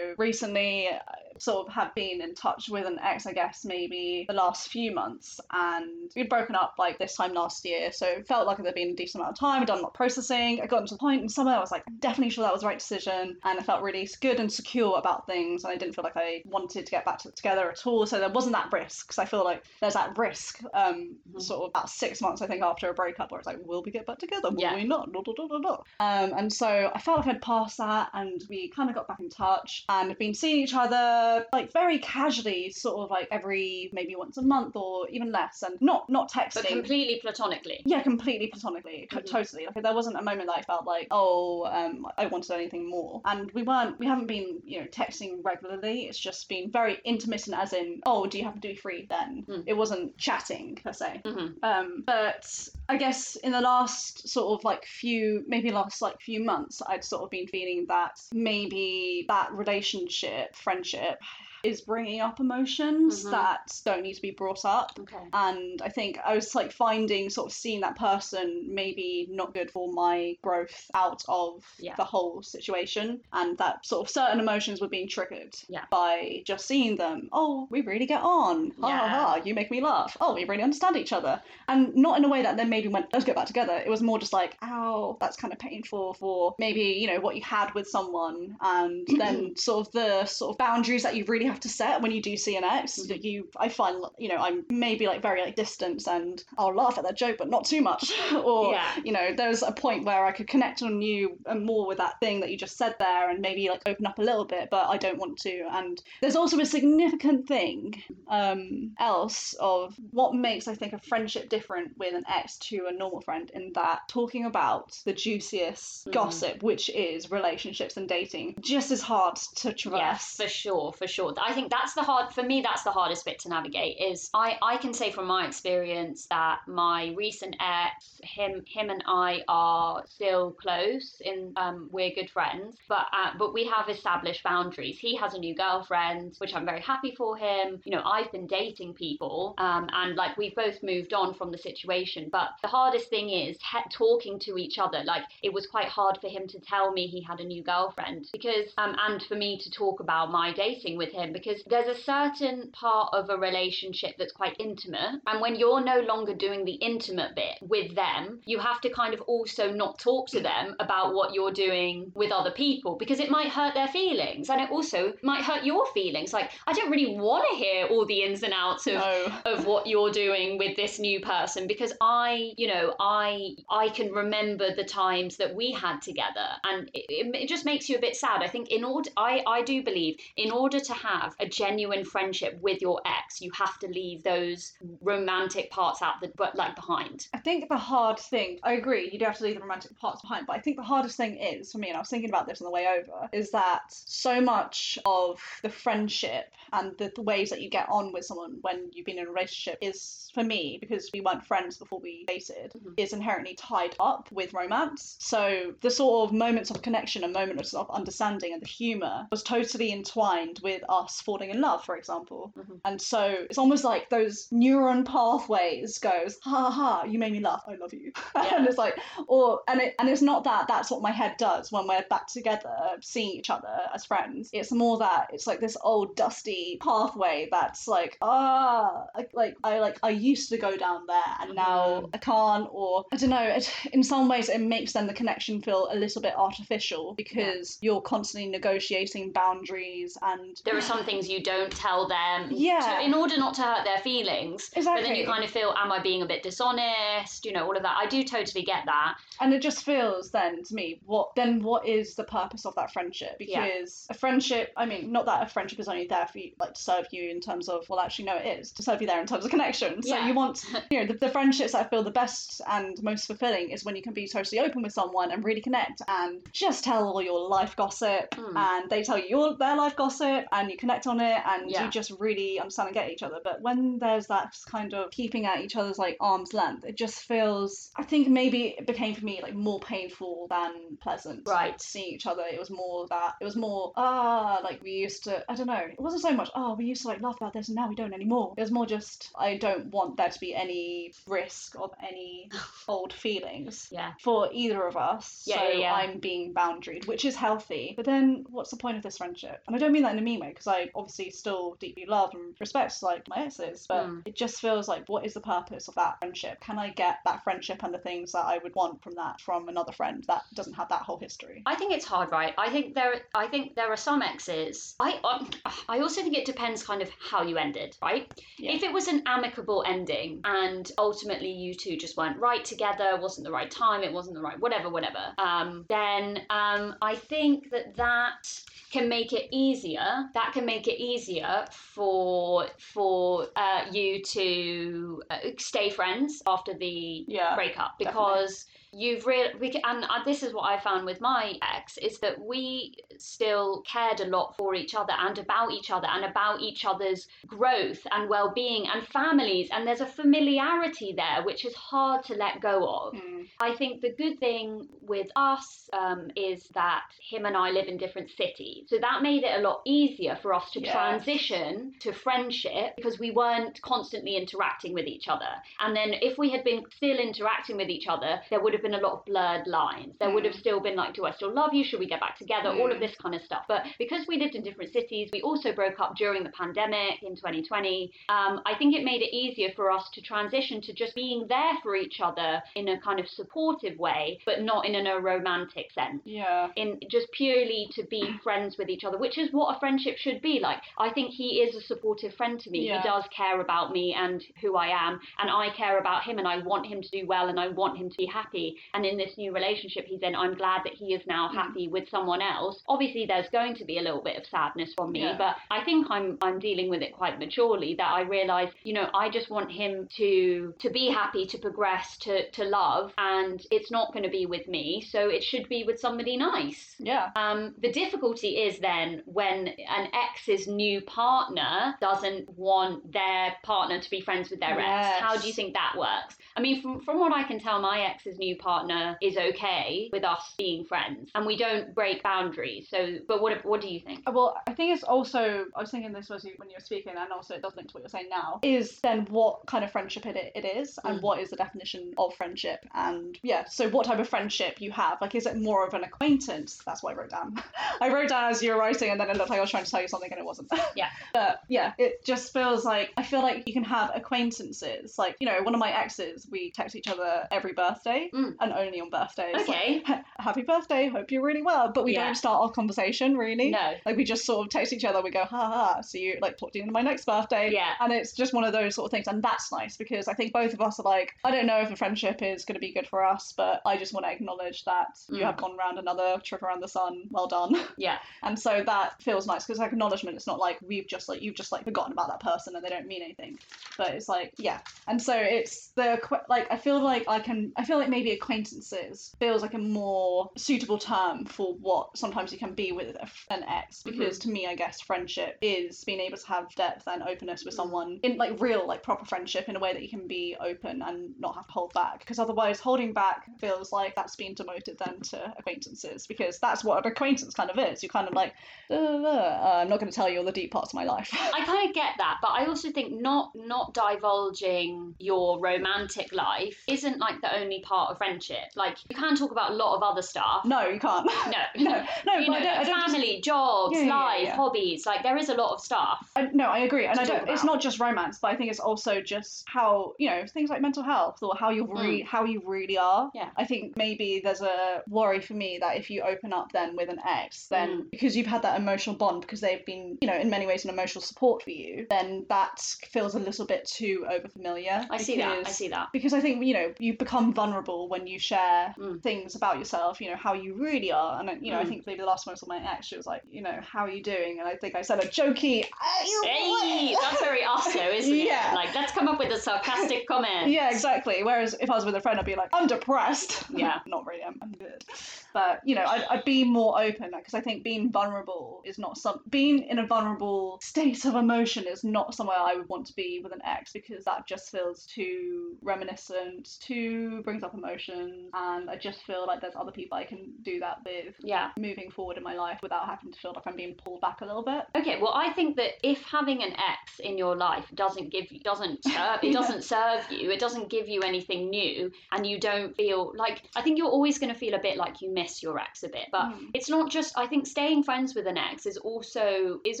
S2: recently, I sort of have been in touch with an ex, I guess maybe the last few months, and we'd broken up like this time last year. So it felt like there'd been a decent amount of time. I'd done a lot of processing. I got to the point in summer I was like, I'm definitely sure that was the right decision, and I felt really good and secure about things, and I didn't feel like I wanted to get back to, together at all. So there wasn't that risk because I feel like there's that risk, um,
S1: Mhm.
S2: sort of about six months I think after a breakup where it's like, will we get back together? Will
S1: Yeah.
S2: we not? Da, da, da, da, da. Um, and so I felt like I'd passed that, and we kind of got back in touch and have been seeing each other like very casually, sort of like every maybe once a month or even less, and not not texting.
S1: But completely platonically.
S2: Yeah, completely platonically, co-
S1: Mhm.
S2: totally. Like there wasn't a moment that I felt like, oh, um, I wanted anything more. And we weren't, we haven't been, you know, texting regularly. It's just been very intermittent, as in, oh, do you happen to be free then?
S1: Mm.
S2: It wasn't chatting per se.
S1: hmm
S2: Um, but I guess in the last sort of like few, maybe last like few months, I'd sort of been feeling that maybe that relationship, friendship, is bringing up emotions
S1: Mhm.
S2: that don't need to be brought up
S1: Okay.
S2: and I think I was like finding sort of seeing that person maybe not good for my growth out of
S1: Yeah.
S2: the whole situation, and that sort of certain emotions were being triggered
S1: Yeah.
S2: by just seeing them. Oh, we really get on. Ha ha
S1: Yeah.
S2: ha! You make me laugh. Oh, we really understand each other, and not in a way that then maybe went let's get back together. It was more just like, ow, that's kind of painful for maybe you know what you had with someone, and then sort of the sort of boundaries that you really have to set when you do see an ex.
S1: Mhm.
S2: That you, I find, you know, I'm maybe like very like distance, and I'll laugh at that joke, but not too much, [LAUGHS] or
S1: yeah.
S2: you know, there's a point where I could connect on you and more with that thing that you just said there and maybe like open up a little bit, but I don't want to. And there's also a significant thing um, else of what makes, I think, a friendship different with an ex to a normal friend in that talking about the juiciest
S1: Mhm.
S2: gossip, which is relationships and dating, just as hard to traverse.
S1: Yes, for sure, for sure. I think that's the hard for me. That's the hardest bit to navigate. Is I I can say from my experience that my recent ex, him him and I are still close. In um, we're good friends, but uh, but we have established boundaries. He has a new girlfriend, which I'm very happy for him. You know, I've been dating people, um, and like we've both moved on from the situation. But the hardest thing is he- talking to each other. Like it was quite hard for him to tell me he had a new girlfriend because, um, and for me to talk about my dating with him because there's a certain part of a relationship that's quite intimate, and when you're no longer doing the intimate bit with them, you have to kind of also not talk to them about what you're doing with other people because it might hurt their feelings and it also might hurt your feelings. Like I don't really want to hear all the ins and outs of
S2: No.
S1: of what you're doing with this new person because I, you know, I I can remember the times that we had together, and it, it, it just makes you a bit sad. I think in order, I I do believe in order to have a genuine friendship with your ex, you have to leave those romantic parts out the but like behind.
S2: I think the hard thing, I agree, you do have to leave the romantic parts behind, but I think the hardest thing is for me, and I was thinking about this on the way over, is that so much of the friendship and the, the ways that you get on with someone when you've been in a relationship is, for me, because we weren't friends before we dated,
S1: Mhm.
S2: is inherently tied up with romance. So the sort of moments of connection and moments of understanding and the humour was totally entwined with us falling in love, for example. And so it's almost like those neuron pathways goes, ha ha, ha, you made me laugh, I love you. [LAUGHS]
S1: Yeah.
S2: and it's like, or and it and it's not that that's what my head does when we're back together, seeing each other as friends. It's more that it's like this old dusty pathway that's like, ah, I- like I like I used to go down there and now
S1: Mhm.
S2: I can't, or I don't know. It, in some ways, it makes then the connection feel a little bit artificial because you're constantly negotiating boundaries and
S1: There are some things you don't tell them
S2: Yeah.
S1: to- in order not to hurt their feelings. But then
S2: Exactly.
S1: you kind of feel, am I being a bit dishonest? You know, all of that. I do totally get that.
S2: And it just feels then to me, what then what is the purpose of that friendship? Because
S1: Yeah.
S2: a friendship, I mean, not that a friendship is only there for you, like to serve you in terms of, well, actually, no, it is to serve you there in terms of connection. So
S1: Yeah.
S2: you
S1: [LAUGHS]
S2: want, you know, the, the friendships that I feel the best and most fulfilling is when you can be totally open with someone and really connect and just tell all your life gossip
S1: Mm.
S2: and they tell you your, their life gossip and you connect on it and
S1: Yeah.
S2: you just really understand and get each other. But when there's that kind of keeping at each other's like arm's length, it just feels I think maybe it became for me like more painful than pleasant.
S1: Right.
S2: Seeing each other, it was more that it was more ah like we used to I don't know. It wasn't so much oh we used to like laugh about this and now we don't anymore. It was more just I don't want there to be any risk of
S1: [LAUGHS]
S2: any old feelings
S1: Yeah.
S2: for either of us.
S1: Yeah,
S2: so
S1: yeah, yeah.
S2: I'm being boundaried, which is healthy. But then what's the point of this friendship? And I don't mean that in a mean way, because I obviously still deeply love and respect like my exes, but
S1: Mm.
S2: it just feels like what is the purpose of that friendship? Can I get that friendship and the things that I would want from that from another friend that doesn't have that whole history?
S1: I think it's hard, right? I think there, I think there are some exes. I, um, I also think it depends kind of how you ended, right?
S2: Yeah.
S1: If it was an amicable ending and ultimately you two just weren't right together, wasn't the right time, it wasn't the right whatever, whatever, um, then um, I think that that can make it easier. That can make it easier for for uh, you to uh, stay friends after the
S2: Yeah.
S1: breakup
S2: definitely.
S1: because you've really and uh, this is what I found with my ex is that we still cared a lot for each other and about each other and about each other's growth and well-being and families and there's a familiarity there which is hard to let go of.
S2: Mm.
S1: I think the good thing with us um, is that him and I live in different cities. So that made it a lot easier for us to
S2: Yes.
S1: transition to friendship because we weren't constantly interacting with each other. And then if we had been still interacting with each other, there would have been a lot of blurred lines. There would have still been like, do I still love you? Should we get back together? All of
S2: Mm.
S1: this kind of stuff. But because we lived in different cities, we also broke up during the pandemic in 2020. Um, I think it made it easier for us to transition to just being there for each other in a kind of supportive way, but not in a romantic sense
S2: Yeah.
S1: in just purely to be friends with each other, which is what a friendship should be like. I think he is a supportive friend to me.
S2: Yeah.
S1: He does care about me and who I am, and I care about him, and I want him to do well, and I want him to be happy. And in this new relationship he's in, I'm glad that he is now
S2: Mm.
S1: happy with someone else. Obviously, there's going to be a little bit of sadness from me,
S2: Yeah.
S1: but I think I'm I'm dealing with it quite maturely. That I realise, you know, I just want him to to be happy, to progress, to to love, and it's not going to be with me, so it should be with somebody nice.
S2: Yeah.
S1: Um, the difficulty is then when an ex's new partner doesn't want their partner to be friends with their
S2: Yes.
S1: ex. How do you think that works? I mean, from, from what I can tell, my ex's new partner is okay with us being friends, and we don't break boundaries. So, but what what do you think?
S2: Well, I think it's also I was thinking this was you when you were speaking, and also it does link to what you're saying now. Is then what kind of friendship it it is, and
S1: Mm.
S2: what is the definition of friendship, and yeah, so what type of friendship you have? Like, is it more of an acquaintance? That's what I wrote down. [LAUGHS] I wrote down as you were writing, and then it looked like I was trying to tell you something, and it wasn't. [LAUGHS]
S1: Yeah.
S2: but yeah, it just feels like I feel like you can have acquaintances. Like you know, one of my exes, we text each other every birthday,
S1: Mm.
S2: and only on birthdays. Like,
S1: Okay,
S2: happy birthday, hope you're really well, but we
S1: Yeah.
S2: don't start our conversation really.
S1: no,
S2: Like we just sort of text each other. We go, ha ha. ha, So you like talk to you on my next birthday.
S1: yeah,
S2: And it's just one of those sort of things, and that's nice because I think both of us are like, I don't know if a friendship is going to be good for us, but I just want to acknowledge that
S1: Mm.
S2: you have gone round another trip around the sun. Well done. [LAUGHS]
S1: yeah,
S2: And so that feels nice because acknowledgement. It's not like we've just like you've just like forgotten about that person and they don't mean anything, but it's like yeah. And so it's the acqu- like I feel like I can I feel like maybe acquaintances feels like a more suitable term for what sometimes you can be with a f- an ex
S1: Mm-hmm.
S2: because to me I guess friendship is being able to have depth and openness with
S1: Mm.
S2: someone in like real like proper friendship in a way that you can be open and not have to hold back because otherwise holding back feels like that's being demoted then to acquaintances because that's what an acquaintance kind of is. You're kind of like "Uh, uh, I'm not going to tell you all the deep parts of my life. [LAUGHS]
S1: I kind of get that, but I also think not not divulging your romantic life isn't like the only part of friendship. Like you can talk about a lot of other stuff.
S2: No, you can't.
S1: No.
S2: [LAUGHS] no, no. But
S1: You know,
S2: I don't. I don't just-
S1: family, jobs,
S2: Yeah, yeah, yeah,
S1: life,
S2: yeah.
S1: hobbies. Like there is a lot of stuff.
S2: I, no, I agree, and
S1: to
S2: I
S1: talk
S2: don't. It's
S1: about.
S2: not just romance, but I think it's also just how you know things like mental health or how you re- how you really are.
S1: Mm. Yeah.
S2: I think maybe there's a worry for me that if you open up then with an
S1: Mm.
S2: ex, then because you've had that emotional bond, because they've been you know in many ways an emotional support for you, then that feels a little bit too overfamiliar.
S1: I see that. I
S2: because-
S1: see that.
S2: because I think you know you become vulnerable when you share
S1: Mm. things
S2: things about yourself, you know how you really are, and you know I
S1: Mm.
S2: think maybe the last one I saw my ex, she was like, you know, how are you doing? And I think I said a jokey, "Ah, you
S1: Hey,
S2: what?"
S1: that's
S2: [LAUGHS]
S1: very us though, isn't
S2: Yeah.
S1: it? Like let's come up with a
S2: [LAUGHS]
S1: sarcastic comment.
S2: yeah, exactly. Whereas if I was with a friend, I'd be like, I'm depressed. [LAUGHS]
S1: Yeah.
S2: not really. I'm, I'm good, but you know, I'd, I'd be more open because I think being vulnerable is not some being in a vulnerable state of emotion is not somewhere I would want to be with an ex because that just feels too reminiscent, too brings up emotions, and I just feel like there's other people I can do that with
S1: Yeah.
S2: moving forward in my life without having to feel like I'm being pulled back a little bit.
S1: Okay, well, I think that if having an ex in your life doesn't give you, doesn't serve, it
S2: [LAUGHS] Yeah.
S1: doesn't serve you, it doesn't give you anything new, and you don't feel like, I think you're always going to feel a bit like you miss your ex a bit. But
S2: Mm.
S1: it's not just. I think staying friends with an ex is also is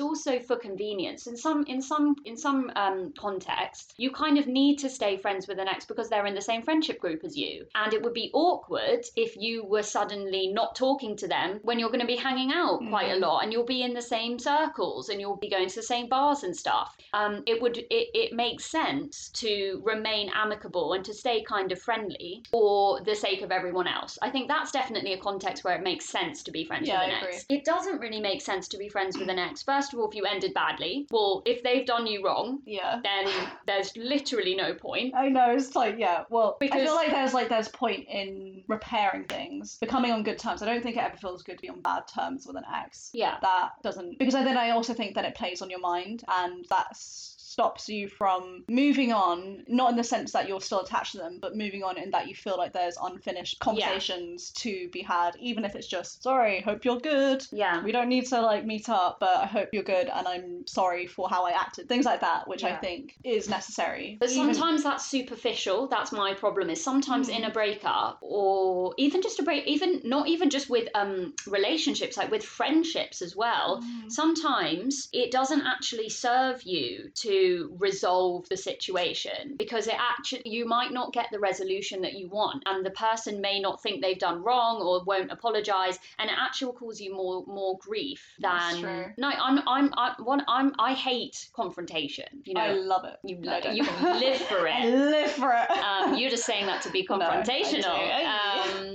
S1: also for convenience. In some in some in some um, context, you kind of need to stay friends with an ex because they're in the same friendship group as you, and it would be awkward if you were suddenly not talking to them when you're going to be hanging out quite a
S2: Mhm.
S1: lot, and you'll be in the same circles and you'll be going to the same bars and stuff. Um, it would it, it makes sense to remain amicable and to stay kind of friendly for the sake of everyone else. I think that's definitely a context where it makes sense to be friends
S2: Yeah,
S1: with
S2: I
S1: an
S2: agree.
S1: ex. It doesn't really make sense to be friends with an ex. First of all, if you ended badly, well, if they've done you wrong,
S2: Yeah.
S1: then there's literally no point.
S2: I know it's like yeah. Well, I
S1: Because-
S2: feel like there's like there's point in repairing things, becoming on good terms. I don't think it ever feels good to be on bad terms with an ex.
S1: Yeah.
S2: That doesn't because then I also think that it plays on your mind and that s- stops you from moving on. Not in the sense that you're still attached to them, but moving on in that you feel like there's unfinished conversations to be had, even if it's just sorry. Hope you're good.
S1: Yeah.
S2: We don't need to like meet up, but I hope you're good and I'm sorry for how I acted. Things like that, which I
S1: Yeah.
S2: think is necessary.
S1: But
S2: Even- Hmm.
S1: sometimes that's superficial. That's my problem. Is sometimes in a breakup, or even just a break, even not even just with um relationships, like with friendships as well.
S2: Hmm.
S1: Sometimes it doesn't actually serve you to resolve the situation because it actually you might not get the resolution that you want, and the person may not think they've done wrong or won't apologize, and it actually will cause you more more grief
S2: That's
S1: than
S2: true.
S1: no. I'm I'm I, one I'm I hate confrontation. You know,
S2: I love it.
S1: you,
S2: No, I don't.
S1: you live for
S2: [LAUGHS] I
S1: it.
S2: live for it.
S1: Um, you're just saying that to be
S2: No, I
S1: confrontational.
S2: do.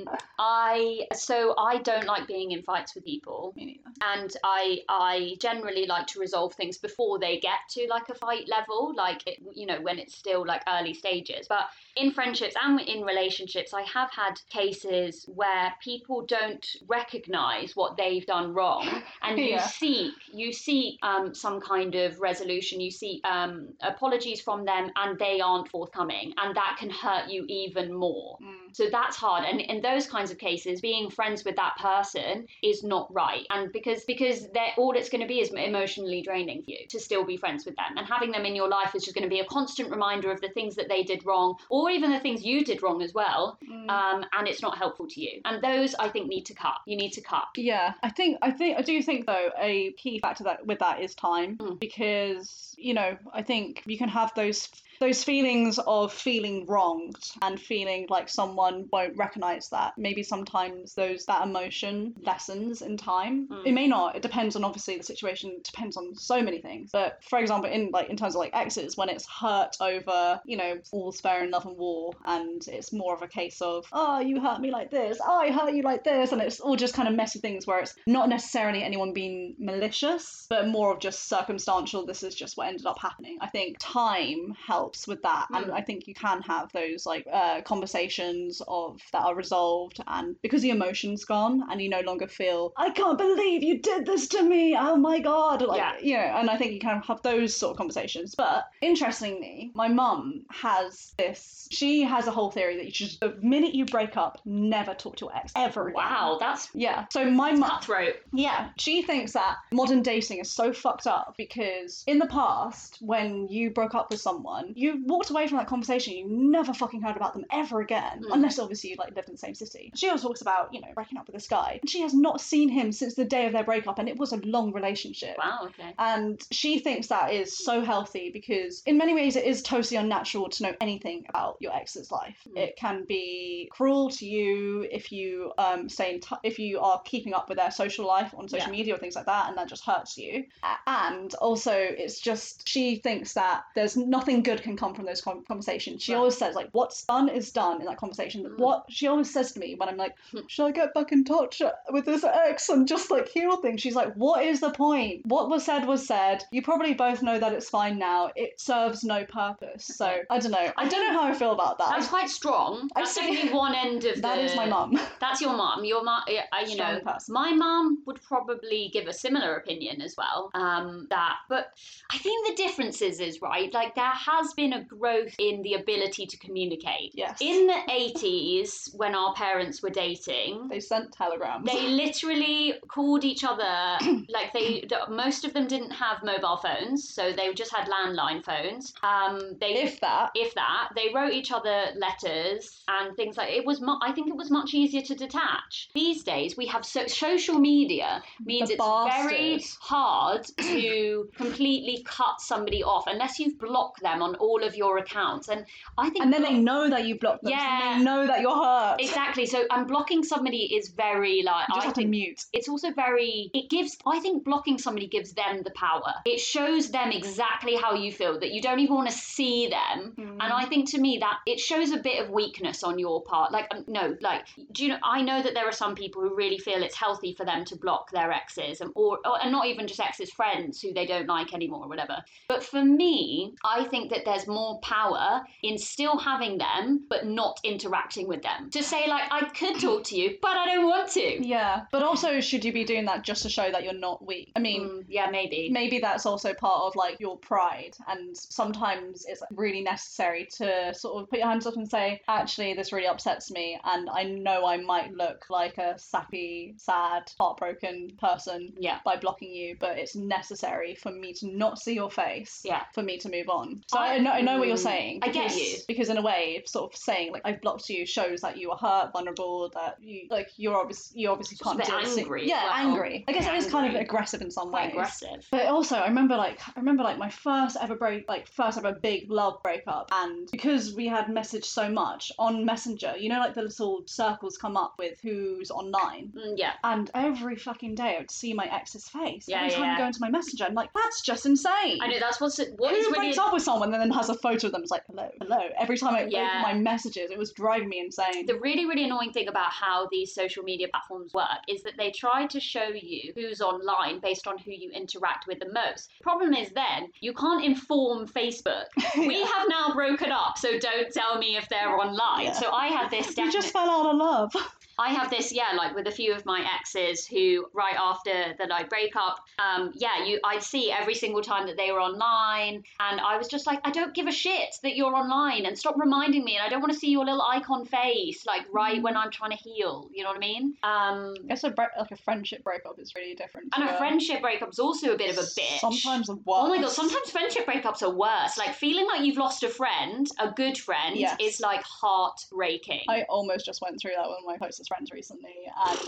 S1: um, I so I don't like being in fights with people,
S2: [LAUGHS] Me neither.
S1: and I I generally like to resolve things before they get to like a fight level, like it, you know when it's still like early stages. But in friendships and in relationships, I have had cases where people don't recognise what they've done wrong, and you
S2: Yeah.
S1: seek you seek um, some kind of resolution. You seek um, apologies from them, and they aren't forthcoming, and that can hurt you even more.
S2: Mm.
S1: So that's hard. And in those kinds of cases, being friends with that person is not right. And because because they're all it's going to be is emotionally draining for you to still be friends with them. And having them in your life is just going to be a constant reminder of the things that they did wrong, or even the things you did wrong as well.
S2: Mm.
S1: Um, and it's not helpful to you. And those I think need to cut. You need to cut.
S2: yeah, I think I think I do think though a key factor that with that is time
S1: Mm.
S2: because you know I think you can have those those feelings of feeling wronged and feeling like someone won't recognize that maybe sometimes those that emotion lessens in time
S1: Mm.
S2: it may not it depends on obviously the situation it depends on so many things but for example in like in terms of like exes when it's hurt over you know all's fair in love and war and it's more of a case of oh you hurt me like this oh i hurt you like this and it's all just kind of messy things where it's not necessarily anyone being malicious but more of just circumstantial this is just what ended up happening i think time helps with that and
S1: Mm.
S2: i think you can have those like uh, conversations of that are resolved and because the emotion's gone and you no longer feel i can't believe you did this to me oh my god like
S1: Yeah.
S2: you know and i think you can have those sort of conversations but interestingly my mum has this she has a whole theory that you should the minute you break up never talk to your ex ever again.
S1: Wow, that's
S2: yeah so my mum
S1: cutthroat.
S2: yeah, she thinks that modern dating is so fucked up because in the past, when you broke up with someone, you walked away from that conversation, you never fucking heard about them ever again,
S1: Mm.
S2: unless obviously you like lived in the same city. She always talks about, you know, breaking up with this guy. And she has not seen him since the day of their breakup, and it was a long relationship.
S1: Wow. Okay.
S2: And she thinks that is so healthy because, in many ways, it is totally unnatural to know anything about your ex's life.
S1: Mm.
S2: It can be cruel to you if you um, stay in t- if you are keeping up with their social life on social
S1: Yeah.
S2: media or things like that, and that just hurts you. A- And also, it's just she thinks that there's nothing good can come from those con conversations. She
S1: Right.
S2: always says like, "What's done is done" in that conversation.
S1: Mm.
S2: What she always says to me when I'm like,
S1: Hmm.
S2: "Should I get back in touch with this ex and just like heal things?" She's like, "What is the point? What was said was said. You probably both know that it's fine now. It serves no purpose." So
S1: Okay.
S2: I don't know. I don't know how I feel about that.
S1: That's quite strong.
S2: I've
S1: That's
S2: seen-
S1: definitely one end of
S2: [LAUGHS] That
S1: the.
S2: is my mum.
S1: That's your mom. Your mom, I, you know,
S2: Strong person.
S1: my mom would probably give a similar opinion as well. Um, that, but I think the difference is, is right. Like there has been a growth in the ability to communicate.
S2: Yes.
S1: In the eighties, when our parents were dating,
S2: they sent telegrams.
S1: they literally called each other like they th- most of them didn't have mobile phones so they just had landline phones um they
S2: if that.
S1: if that they wrote each other letters and things like it was mu- i think it was much easier to detach these days we have so- social media means
S2: The
S1: it's very
S2: bastards.
S1: hard to
S2: [CLEARS THROAT]
S1: completely cut somebody off unless you've blocked them on all of your accounts and i think
S2: And then they
S1: block-
S2: know that you blocked them. so
S1: Yeah.
S2: they know that you're hurt.
S1: exactly so and blocking somebody is very like
S2: You just
S1: i
S2: have
S1: think
S2: to mute.
S1: it's also very it gives i think blocking somebody gives them the power it shows them exactly how you feel that you don't even want to see them and I think to me that it shows a bit of weakness on your part. Like, um, no, like, do you know? I know that there are some people who really feel it's healthy for them to block their exes, and or, or and not even just exes, friends who they don't like anymore, or whatever. But for me, I think that there's more power in still having them, but not interacting with them. To say like, I could talk to you, but I don't want to.
S2: Yeah, but also, should you be doing that just to show that you're not weak? I mean,
S1: Mm, yeah, maybe.
S2: maybe that's also part of like your pride, and sometimes it's really necessary to sort of put your hands up and say, actually, this really upsets me, and I know I might look like a sappy, sad, heartbroken person
S1: Yeah.
S2: by blocking you, but it's necessary for me to not see your face.
S1: Yeah.
S2: For me to move on. So
S1: I-
S2: I, know I know what you're
S1: Mm,
S2: saying.
S1: I get
S2: because-
S1: you.
S2: Because in a way, sort of saying like I've blocked you shows that you are hurt, vulnerable, that you like you're obviously you obviously
S1: Just a
S2: can't
S1: bit
S2: deal with-
S1: angry as
S2: Yeah,
S1: well.
S2: angry. I guess
S1: Yeah,
S2: it is kind of
S1: angry.
S2: aggressive in some
S1: Quite
S2: ways.
S1: aggressive.
S2: But also, I remember like I remember like my first ever break, like first ever big love breakup, and because we had messaged so much on Messenger, you know, like the little circles come up with who's online,
S1: Mm, yeah.
S2: and every fucking day I'd see my ex's face.
S1: Yeah,
S2: every time
S1: yeah.
S2: I go into my Messenger, I'm like, that's just insane.
S1: I know that's what's what is
S2: Who
S1: really
S2: breaks up with someone and then has a photo of them? It's like hello, hello. Every time I
S1: Yeah.
S2: opened my messages, it was driving me insane.
S1: The really, really annoying thing about how these social media platforms work is that they try to show you who's online based on who you interact with the most. Problem is, then you can't inform [LAUGHS] Facebook.
S2: [LAUGHS]
S1: We have now broken up, so don't tell me if they're online.
S2: Yeah.
S1: So I had this.
S2: we
S1: Definite,
S2: just fell out of love. [LAUGHS]
S1: I have this, yeah, like with a few of my exes who, right after the like breakup, um, yeah, you, I'd see every single time that they were online, and I was just like, I don't give a shit that you're online, and stop reminding me, and I don't want to see your little icon face, like right when I'm trying to heal. You know what I mean? Um,
S2: I guess a bre- like a friendship breakup is really different.
S1: and
S2: to
S1: a friendship breakup's also a bit of a bitch.
S2: Sometimes worse.
S1: Oh my god, sometimes friendship breakups are worse. Like feeling like you've lost a friend, a good friend,
S2: Yes.
S1: is like heartbreaking.
S2: I almost just went through that with my closest friends recently, and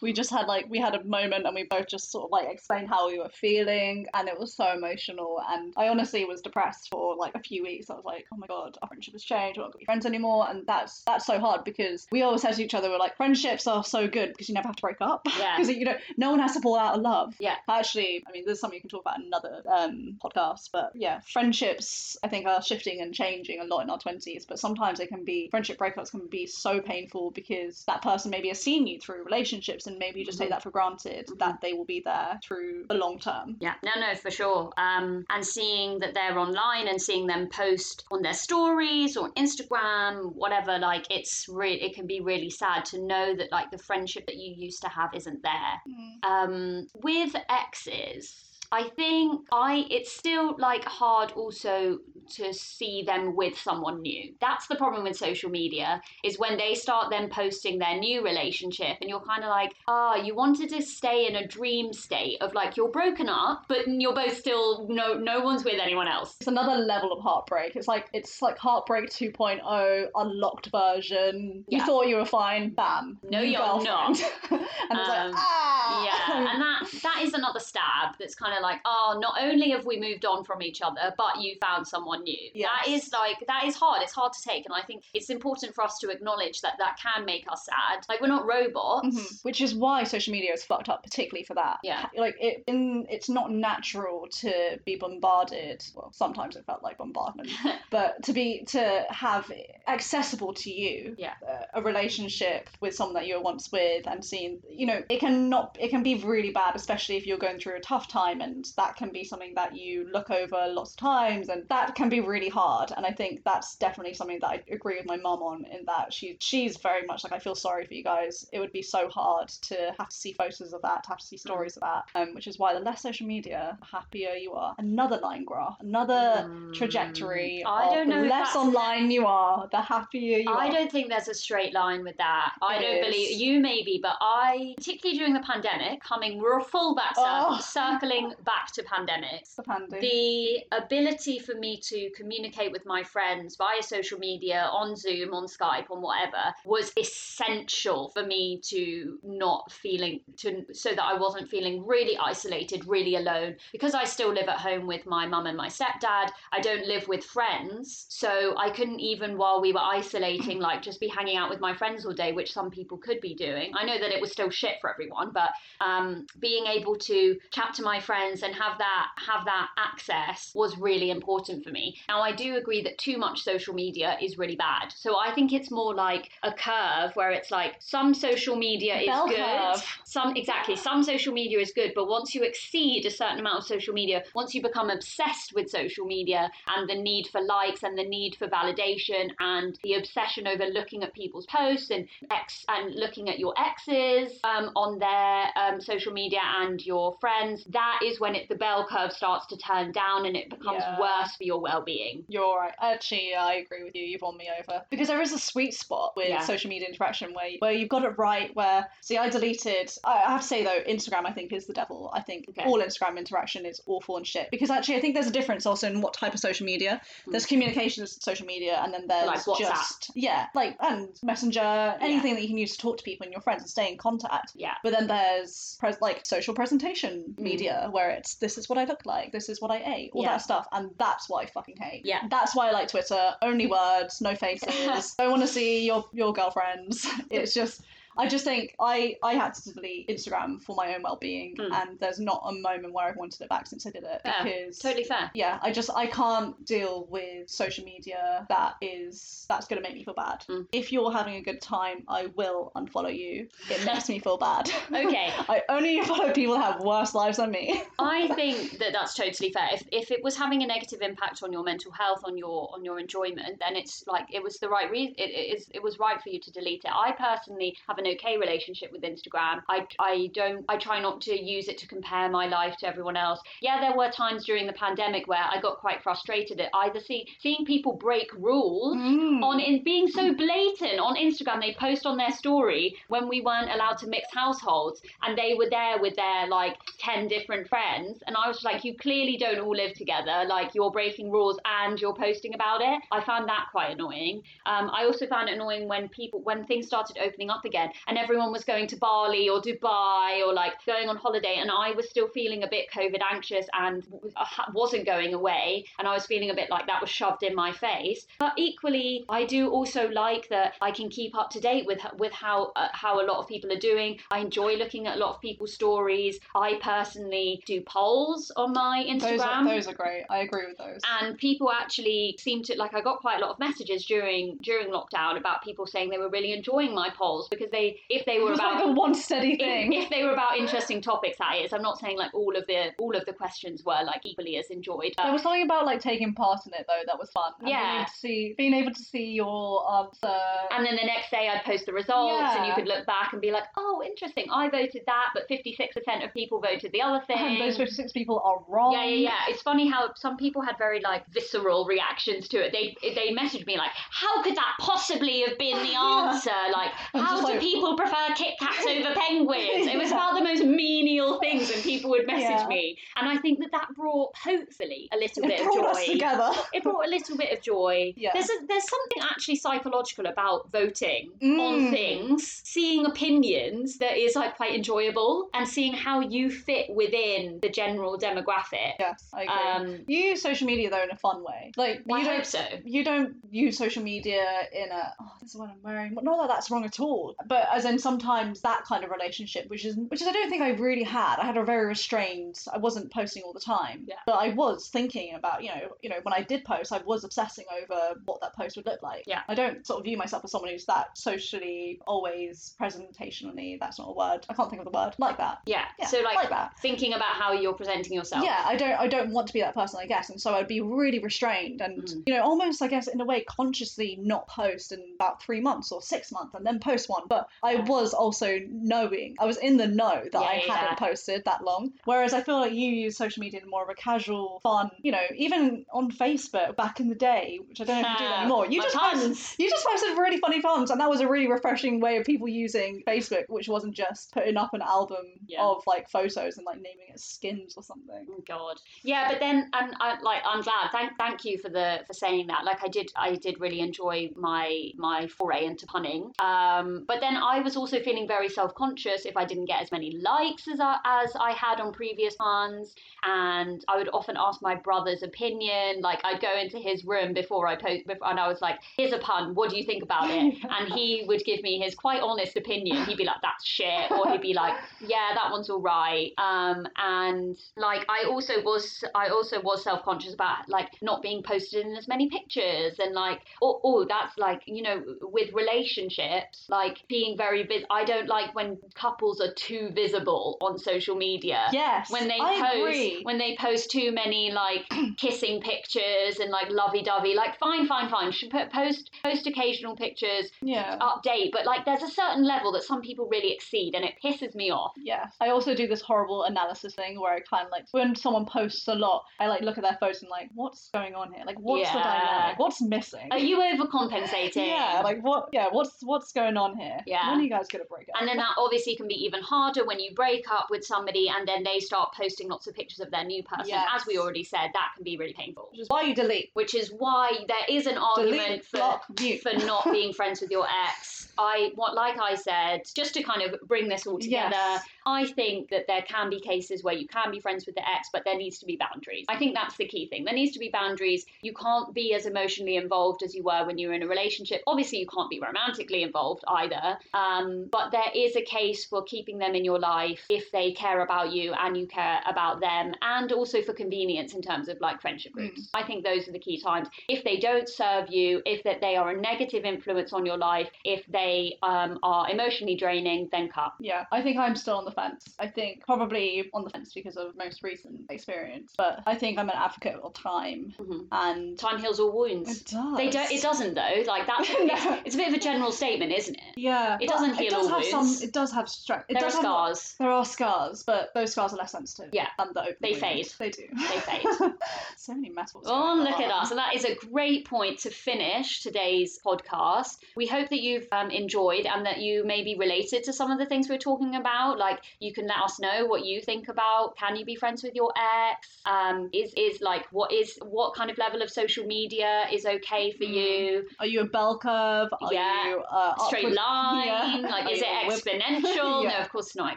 S2: we just had like we had a moment, and we both just sort of like explained how we were feeling, and it was so emotional. And I honestly was depressed for like a few weeks. I was like, oh my god, our friendship has changed. We're not gonna be friends anymore, and that's that's so hard because we always said to each other, we're like, friendships are so good because you never have to break up.
S1: Yeah.
S2: Because you know, no one has to fall out of love.
S1: Yeah.
S2: Actually, I mean, there's something you can talk about in another um, podcast, but yeah, friendships I think are shifting and changing a lot in our twenties. But sometimes they can be friendship breakups can be so painful because that person maybe has seen you through relationships, and maybe you just
S1: Mhm.
S2: take that for granted
S1: Mhm.
S2: that they will be there through the long term.
S1: Yeah, no, no, for sure. Um, and seeing that they're online and seeing them post on their stories or on Instagram, whatever, like it's re- it can be really sad to know that like the friendship that you used to have isn't there. Um, with exes, I think I it's still like hard also to see them with someone new. That's the problem with social media is when they start then posting their new relationship and you're kind of like, ah, you wanted to stay in a dream state of like you're broken up, but you're both still no no one's with anyone else.
S2: It's another level of heartbreak. It's like it's like heartbreak 2.0 unlocked version. You
S1: Yeah.
S2: thought you were fine, bam.
S1: No,
S2: new
S1: you're
S2: girlfriend. [LAUGHS] and it's
S1: Um,
S2: like [LAUGHS] ah.
S1: Yeah, and that that is another stab that's kind of like, oh, not only have we moved on from each other, but you found someone new. That
S2: Yes.
S1: is like that is hard. It's hard to take, and I think it's important for us to acknowledge that that can make us sad. Like we're not robots.
S2: Mhm. Which is why social media is fucked up, particularly for that.
S1: Yeah.
S2: Like it, in, it's not natural to be bombarded. Well, sometimes it felt like bombardment, but to be to have accessible to you
S1: Yeah.
S2: uh, a relationship with someone that you were once with and seeing. You know, it can not. It can be really bad, especially if you're going through a tough time, and that can be something that you look over lots of times, and that can be really hard. And I think that's definitely something that I agree with my mum on, in that she she's very much like I feel sorry for you guys. It would be so hard to have to see photos of that, to have to see stories of that, um, which is why the less social media, the happier you are. Another line graph,
S1: Mm-hmm.
S2: another trajectory.
S1: Mm, I
S2: of
S1: don't know
S2: The
S1: if
S2: less
S1: that's-
S2: online you are, the happier you
S1: I
S2: are.
S1: don't think there's a straight line with that. I
S2: It
S1: don't
S2: is.
S1: believe you maybe, but I particularly during the pandemic, coming we're full back circle,
S2: Oh.
S1: circling back to pandemics.
S2: The pandemic.
S1: the ability for me to communicate with my friends via social media on zoom on skype on whatever was essential for me to not feeling to so that i wasn't feeling really isolated really alone because i still live at home with my mum and my stepdad i don't live with friends so i couldn't even while we were isolating like just be hanging out with my friends all day which some people could be doing i know that it was still shit for everyone but um, being able to chat to my friends and have that have that access was really important for me. Now I do agree that too much social media is really bad. So I think it's more like a curve where it's like some social media is
S2: Bell
S1: good,
S2: curve.
S1: some exactly some social media is good, but once you exceed a certain amount of social media, once you become obsessed with social media and the need for likes and the need for validation and the obsession over looking at people's posts and ex and looking at your exes um, on their um, social media and your friends, that is when it, the bell curve starts to turn down and it becomes
S2: Yeah.
S1: worse for your well being.
S2: You're right. Actually, I agree with you. You've won me over because there is a sweet spot with
S1: Yeah.
S2: social media interaction where where you've got it right. Where see, I deleted. I, I have to say though, Instagram I think is the devil. I think
S1: Okay.
S2: all Instagram interaction is awful and shit because actually I think there's a difference also in what type of social media. There's communication is social media, and then there's
S1: Hmm. Like WhatsApp.
S2: just yeah, like and Messenger, anything that you can use to talk to people and your friends and stay in contact.
S1: Yeah. Hmm.
S2: But then there's pres- like social presentation media where it's this is what I look like, this is what I ate, all
S1: Yeah.
S2: that stuff, and that's what I fucking hate.
S1: Yeah.
S2: That's why I like Twitter.
S1: [LAUGHS]
S2: Only words, no faces. Don't want to see your your girlfriends. [LAUGHS] It's just. I just think I, I had to delete Instagram for my own well being,
S1: Mm.
S2: and there's not a moment where I've wanted it back since I did it
S1: Fair.
S2: because
S1: Totally
S2: [LAUGHS]
S1: fair.
S2: yeah i just i can't deal with social media that is that's going to make me feel bad
S1: Mm.
S2: if you're having a good time i will unfollow you it makes me feel bad
S1: Okay,
S2: [LAUGHS] i only follow people that have worse lives than me
S1: I think that that's totally fair. If, if it was having a negative impact on your mental health, on your on your enjoyment, then it's like it was the right reason. It, it is it was right for you to delete it. I personally have an okay relationship with Instagram. I I don't I try not to use it to compare my life to everyone else. Yeah, there were times during the pandemic where I got quite frustrated at either see, seeing people break rules
S2: [LAUGHS] Mm.
S1: on in being so blatant on Instagram. They post on their story when we weren't allowed to mix households, and they were there with their like ten different friends, and I was like, you clearly don't all live together. Like you're breaking rules and you're posting about it. I found that quite annoying. Um, I also found it annoying when people when things started opening up again, and everyone was going to Bali or Dubai or like going on holiday, and I was still feeling a bit COVID anxious and w- uh, ha- wasn't going away, and I was feeling a bit like that was shoved in my face. But equally, I do also like that I can keep up to date with with how uh, how a lot of people are doing. I enjoy looking at a lot of people's stories. I personally do polls on my Instagram
S2: those are, those are great i agree with those
S1: and people actually seem to like i got quite a lot of messages during during lockdown about people saying they were really enjoying my polls because they they if they
S2: It
S1: were
S2: was
S1: about
S2: like the one
S1: [LAUGHS]
S2: steady
S1: if,
S2: thing.
S1: if they were about interesting topics, that is. I'm not saying like all of the all of the questions were like equally as enjoyed.
S2: There
S1: Uh,
S2: was something about like taking part in it though that was fun. And
S1: Yeah.
S2: being able to see being able to see your um, answer.
S1: and then the next day, I'd post the results, and you
S2: Yeah.
S1: could look back and be like, "Oh, interesting! I voted that, but 56% of people voted the other thing."
S2: And [LAUGHS] those 56 people are wrong.
S1: Yeah, yeah, yeah. It's funny how some people had very like visceral reactions to it. They they messaged me like, "How could that possibly have been
S2: [LAUGHS]
S1: the
S2: Yeah.
S1: answer? Like,
S2: I'm
S1: how
S2: just
S1: do
S2: like-
S1: people prefer Kit Kats
S2: [LAUGHS]
S1: over penguins?" It was
S2: Yeah.
S1: about the most menial things, and people would message
S2: Yeah.
S1: me, and I think that that brought hopefully a little bit
S2: It brought
S1: of
S2: us
S1: joy.
S2: together. [LAUGHS]
S1: It brought a little bit of joy.
S2: Yeah.
S1: There's a, there's something actually psychological about voting on
S2: Mm.
S1: things, seeing opinions that is like quite enjoyable, and seeing how you fit within the general demographic.
S2: Yes, I agree.
S1: Um,
S2: you use social media though in a fun way. Like
S1: I
S2: you
S1: hope
S2: don't
S1: so.
S2: you don't use social media in a oh this is what I'm wearing. Not that that's wrong at all, but as in sometimes that kind of relationship, which is which is I don't think I really had. I had a very restrained. I wasn't posting all the time,
S1: Yeah.
S2: but I was thinking about you know you know when I did post, I was obsessing over what that post would look like.
S1: Yeah.
S2: I don't sort of view myself as someone who's that socially always presentationally. That's not a word. I can't think of the word like that.
S1: Yeah.
S2: Yeah,
S1: So like,
S2: like that.
S1: thinking about how you're presenting yourself.
S2: Yeah, I don't I don't want to be that person, I guess. And so I'd be really restrained and
S1: Mm.
S2: you know, almost I guess in a way consciously not post in about three months or six months and then post one. But I
S1: Yeah.
S2: was also knowing I was in the know that I
S1: Yeah, yeah,
S2: hadn't posted that long. Whereas I feel like you use social media in more of a casual, fun, you know, even on Facebook back in the day, which I don't know if you do that
S1: Uh,
S2: anymore. You
S1: my
S2: just post
S1: puns.
S2: you just posted really funny puns, and that was a really refreshing way of people using Facebook, which wasn't just putting up an album
S1: Yeah.
S2: of like photos and like naming it skins or something.
S1: Oh, God. Yeah, but then and I like I'm glad. Thank thank you for the for saying that. Like I did I did really enjoy my my foray into punning. Um but then I was also feeling very self-conscious if I didn't get as many likes as I, as I had on previous puns and I would often ask my brother's opinion. Like I'd go into his room before I post before, and I was like, "Here's a pun. What do you think about it?" And he would give me his quite honest opinion. He'd be like, "That's shit," or he'd be like, "Yeah, that one's all right." Um, and like I also was, I also was self conscious about like not being posted in as many pictures, and like, oh, oh, that's like you know, with relationships, like being very vis. I don't like when couples are too visible on social media
S2: Yes,
S1: Uh, when they
S2: I
S1: post
S2: agree.
S1: when they post too many like [CLEARS THROAT] kissing pictures and like lovey-dovey like fine fine fine should put, post post occasional pictures
S2: yeah.
S1: update but like there's a certain level that some people really exceed and it pisses me off
S2: Yeah. I also do this horrible analysis thing where I kind of like when someone posts a lot, I like look at their photos and like, what's going on here? Like, what's the
S1: Yeah.
S2: dynamic? What's missing?
S1: are you overcompensating
S2: yeah. Like what? Yeah. What's what's going on here?
S1: Yeah.
S2: When are you guys gonna break up?
S1: and then that obviously can be even harder when you break up with somebody and then they start posting lots of pictures of their new person
S2: Yes.
S1: as we already said that can be really painful
S2: which is why you delete,
S1: which is why there is an argument
S2: delete,
S1: for
S2: block, mute.
S1: for
S2: [LAUGHS]
S1: not being friends with your ex. I what like I said, just to kind of bring this all together,
S2: Yes.
S1: I think that there can be cases where you can be friends with the ex, but there needs to be boundaries. I think that's the key thing. There needs to be boundaries. You can't be as emotionally involved as you were when you were in a relationship. Obviously, you can't be romantically involved either. Um, but there is a case for keeping them in your life if they care about you and you care about them, and also for convenience in terms of like friendship groups. I think those are the key times. If they don't serve you, if that they are a negative influence on your life, if they um, are emotionally draining, then cut.
S2: Yeah, I think I'm still on the fence. I think probably on the fence because of most recent experience, but I think I'm an advocate of time
S1: Mhm.
S2: and
S1: Time heals all wounds.
S2: it does.
S1: They don't. It doesn't though. Like
S2: [LAUGHS]
S1: that's
S2: No.
S1: it's a bit of a general statement, isn't it?
S2: Yeah,
S1: It
S2: but
S1: doesn't heal
S2: It does
S1: all
S2: have
S1: wounds.
S2: some. It does have strength. It
S1: there are
S2: does have lo-
S1: scars.
S2: There are scars, but those scars are less sensitive.
S1: Yeah.
S2: than the open
S1: They
S2: wound.
S1: fade.
S2: They do. [LAUGHS]
S1: They fade.
S2: so many metaphors.
S1: Oh,
S2: going
S1: look at
S2: on.
S1: us. And that is a great point to finish today's podcast. We hope that you've um, enjoyed and that you maybe related to some of the things we're talking about. Like, you can let us know what you think about can you be friends with your ex? Um, is, is like, what is what kind of level of social media is okay for
S2: Mm.
S1: you?
S2: Are you a bell curve? Are
S1: Yeah.
S2: you uh,
S1: Straight
S2: [LAUGHS] upward-
S1: line?
S2: Yeah.
S1: Like,
S2: Are
S1: is
S2: you a
S1: it
S2: whip-
S1: exponential?
S2: Yeah.
S1: No, of course not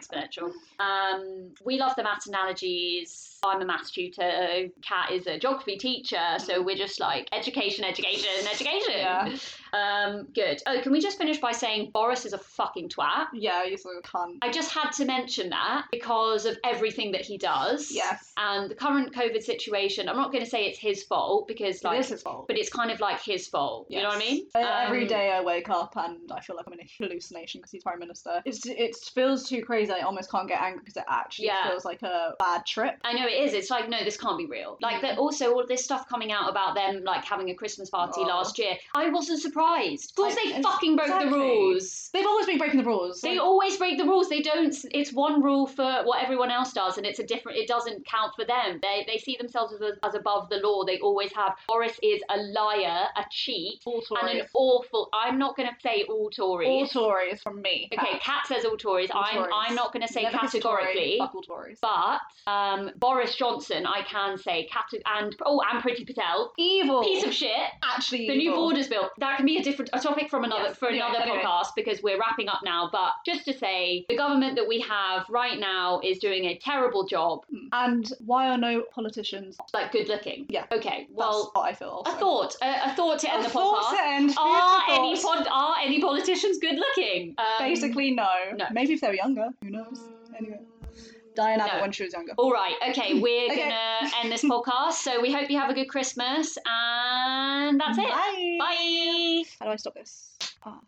S1: exponential. Um, we love the maths analogies. I'm a maths tutor. Kat is a geography teacher. So we're just like education, education, education.
S2: Mm. Yeah.
S1: Um, good. Oh, can we just finish by saying Boris is a fucking twat?
S2: Yeah, he's a cunt.
S1: I just had to mention that because of everything that he does.
S2: Yes.
S1: And the current COVID situation, I'm not going to say it's his fault because, like,
S2: it is his fault.
S1: but it's kind of like his fault. You know what I
S2: Yes.
S1: mean?
S2: Uh, every
S1: Um,
S2: day I wake up and I feel like I'm in a hallucination because he's prime minister. It's, it feels too crazy. I almost can't get angry because it actually
S1: Yeah.
S2: feels like a bad trip.
S1: I know it is. It's like no, this can't be real. Like
S2: Mhm.
S1: that. Also, all this stuff coming out about them like having a Christmas party
S2: Oh.
S1: last year. I wasn't surprised. Of course,
S2: Like,
S1: they
S2: it's-
S1: fucking broke the
S2: exactly.
S1: rules.
S2: They've always been breaking the rules.
S1: They
S2: Like,
S1: always break the rules. They don't. It's one rule for what everyone else does, and it's a different. It doesn't count for them. They they see themselves as, as above the law. They always have. Boris is a liar, a cheat,
S2: all Tories.
S1: and an awful. I'm not going to say all Tories.
S2: all Tories from me.
S1: Okay,
S2: Kat.
S1: Cat says all Tories.
S2: All
S1: I'm
S2: Tories.
S1: I'm not going to say
S2: Never kiss a Tory,
S1: categorically.
S2: fuck all Tories.
S1: But um, Boris Johnson, I can say, cate- and oh, and Priti Patel,
S2: Evil.
S1: piece of shit.
S2: actually
S1: The new
S2: evil.
S1: borders bill. That can be a different a topic from another
S2: Yes,
S1: for
S2: anyway,
S1: another
S2: anyway.
S1: podcast because we're wrapping up now. But just to say, the government that we have right now is doing a terrible job.
S2: Hmm. And why are no politicians?
S1: Like good looking.
S2: Yeah.
S1: Okay.
S2: Well,
S1: Well,
S2: what I feel. Also.
S1: a thought. A, a thought to end
S2: A
S1: the
S2: thought
S1: podcast.
S2: to end.
S1: Are
S2: Food for
S1: any
S2: thought.
S1: pod- are any politicians good looking? Um,
S2: Basically, no.
S1: no.
S2: Maybe if they were younger, who knows? Anyway, Diane had
S1: No.
S2: it when she was younger.
S1: All right, okay, we're
S2: Okay.
S1: gonna end this podcast. So we hope you have a good Christmas, and that's it.
S2: Bye.
S1: Bye.
S2: How do I stop this? Ah.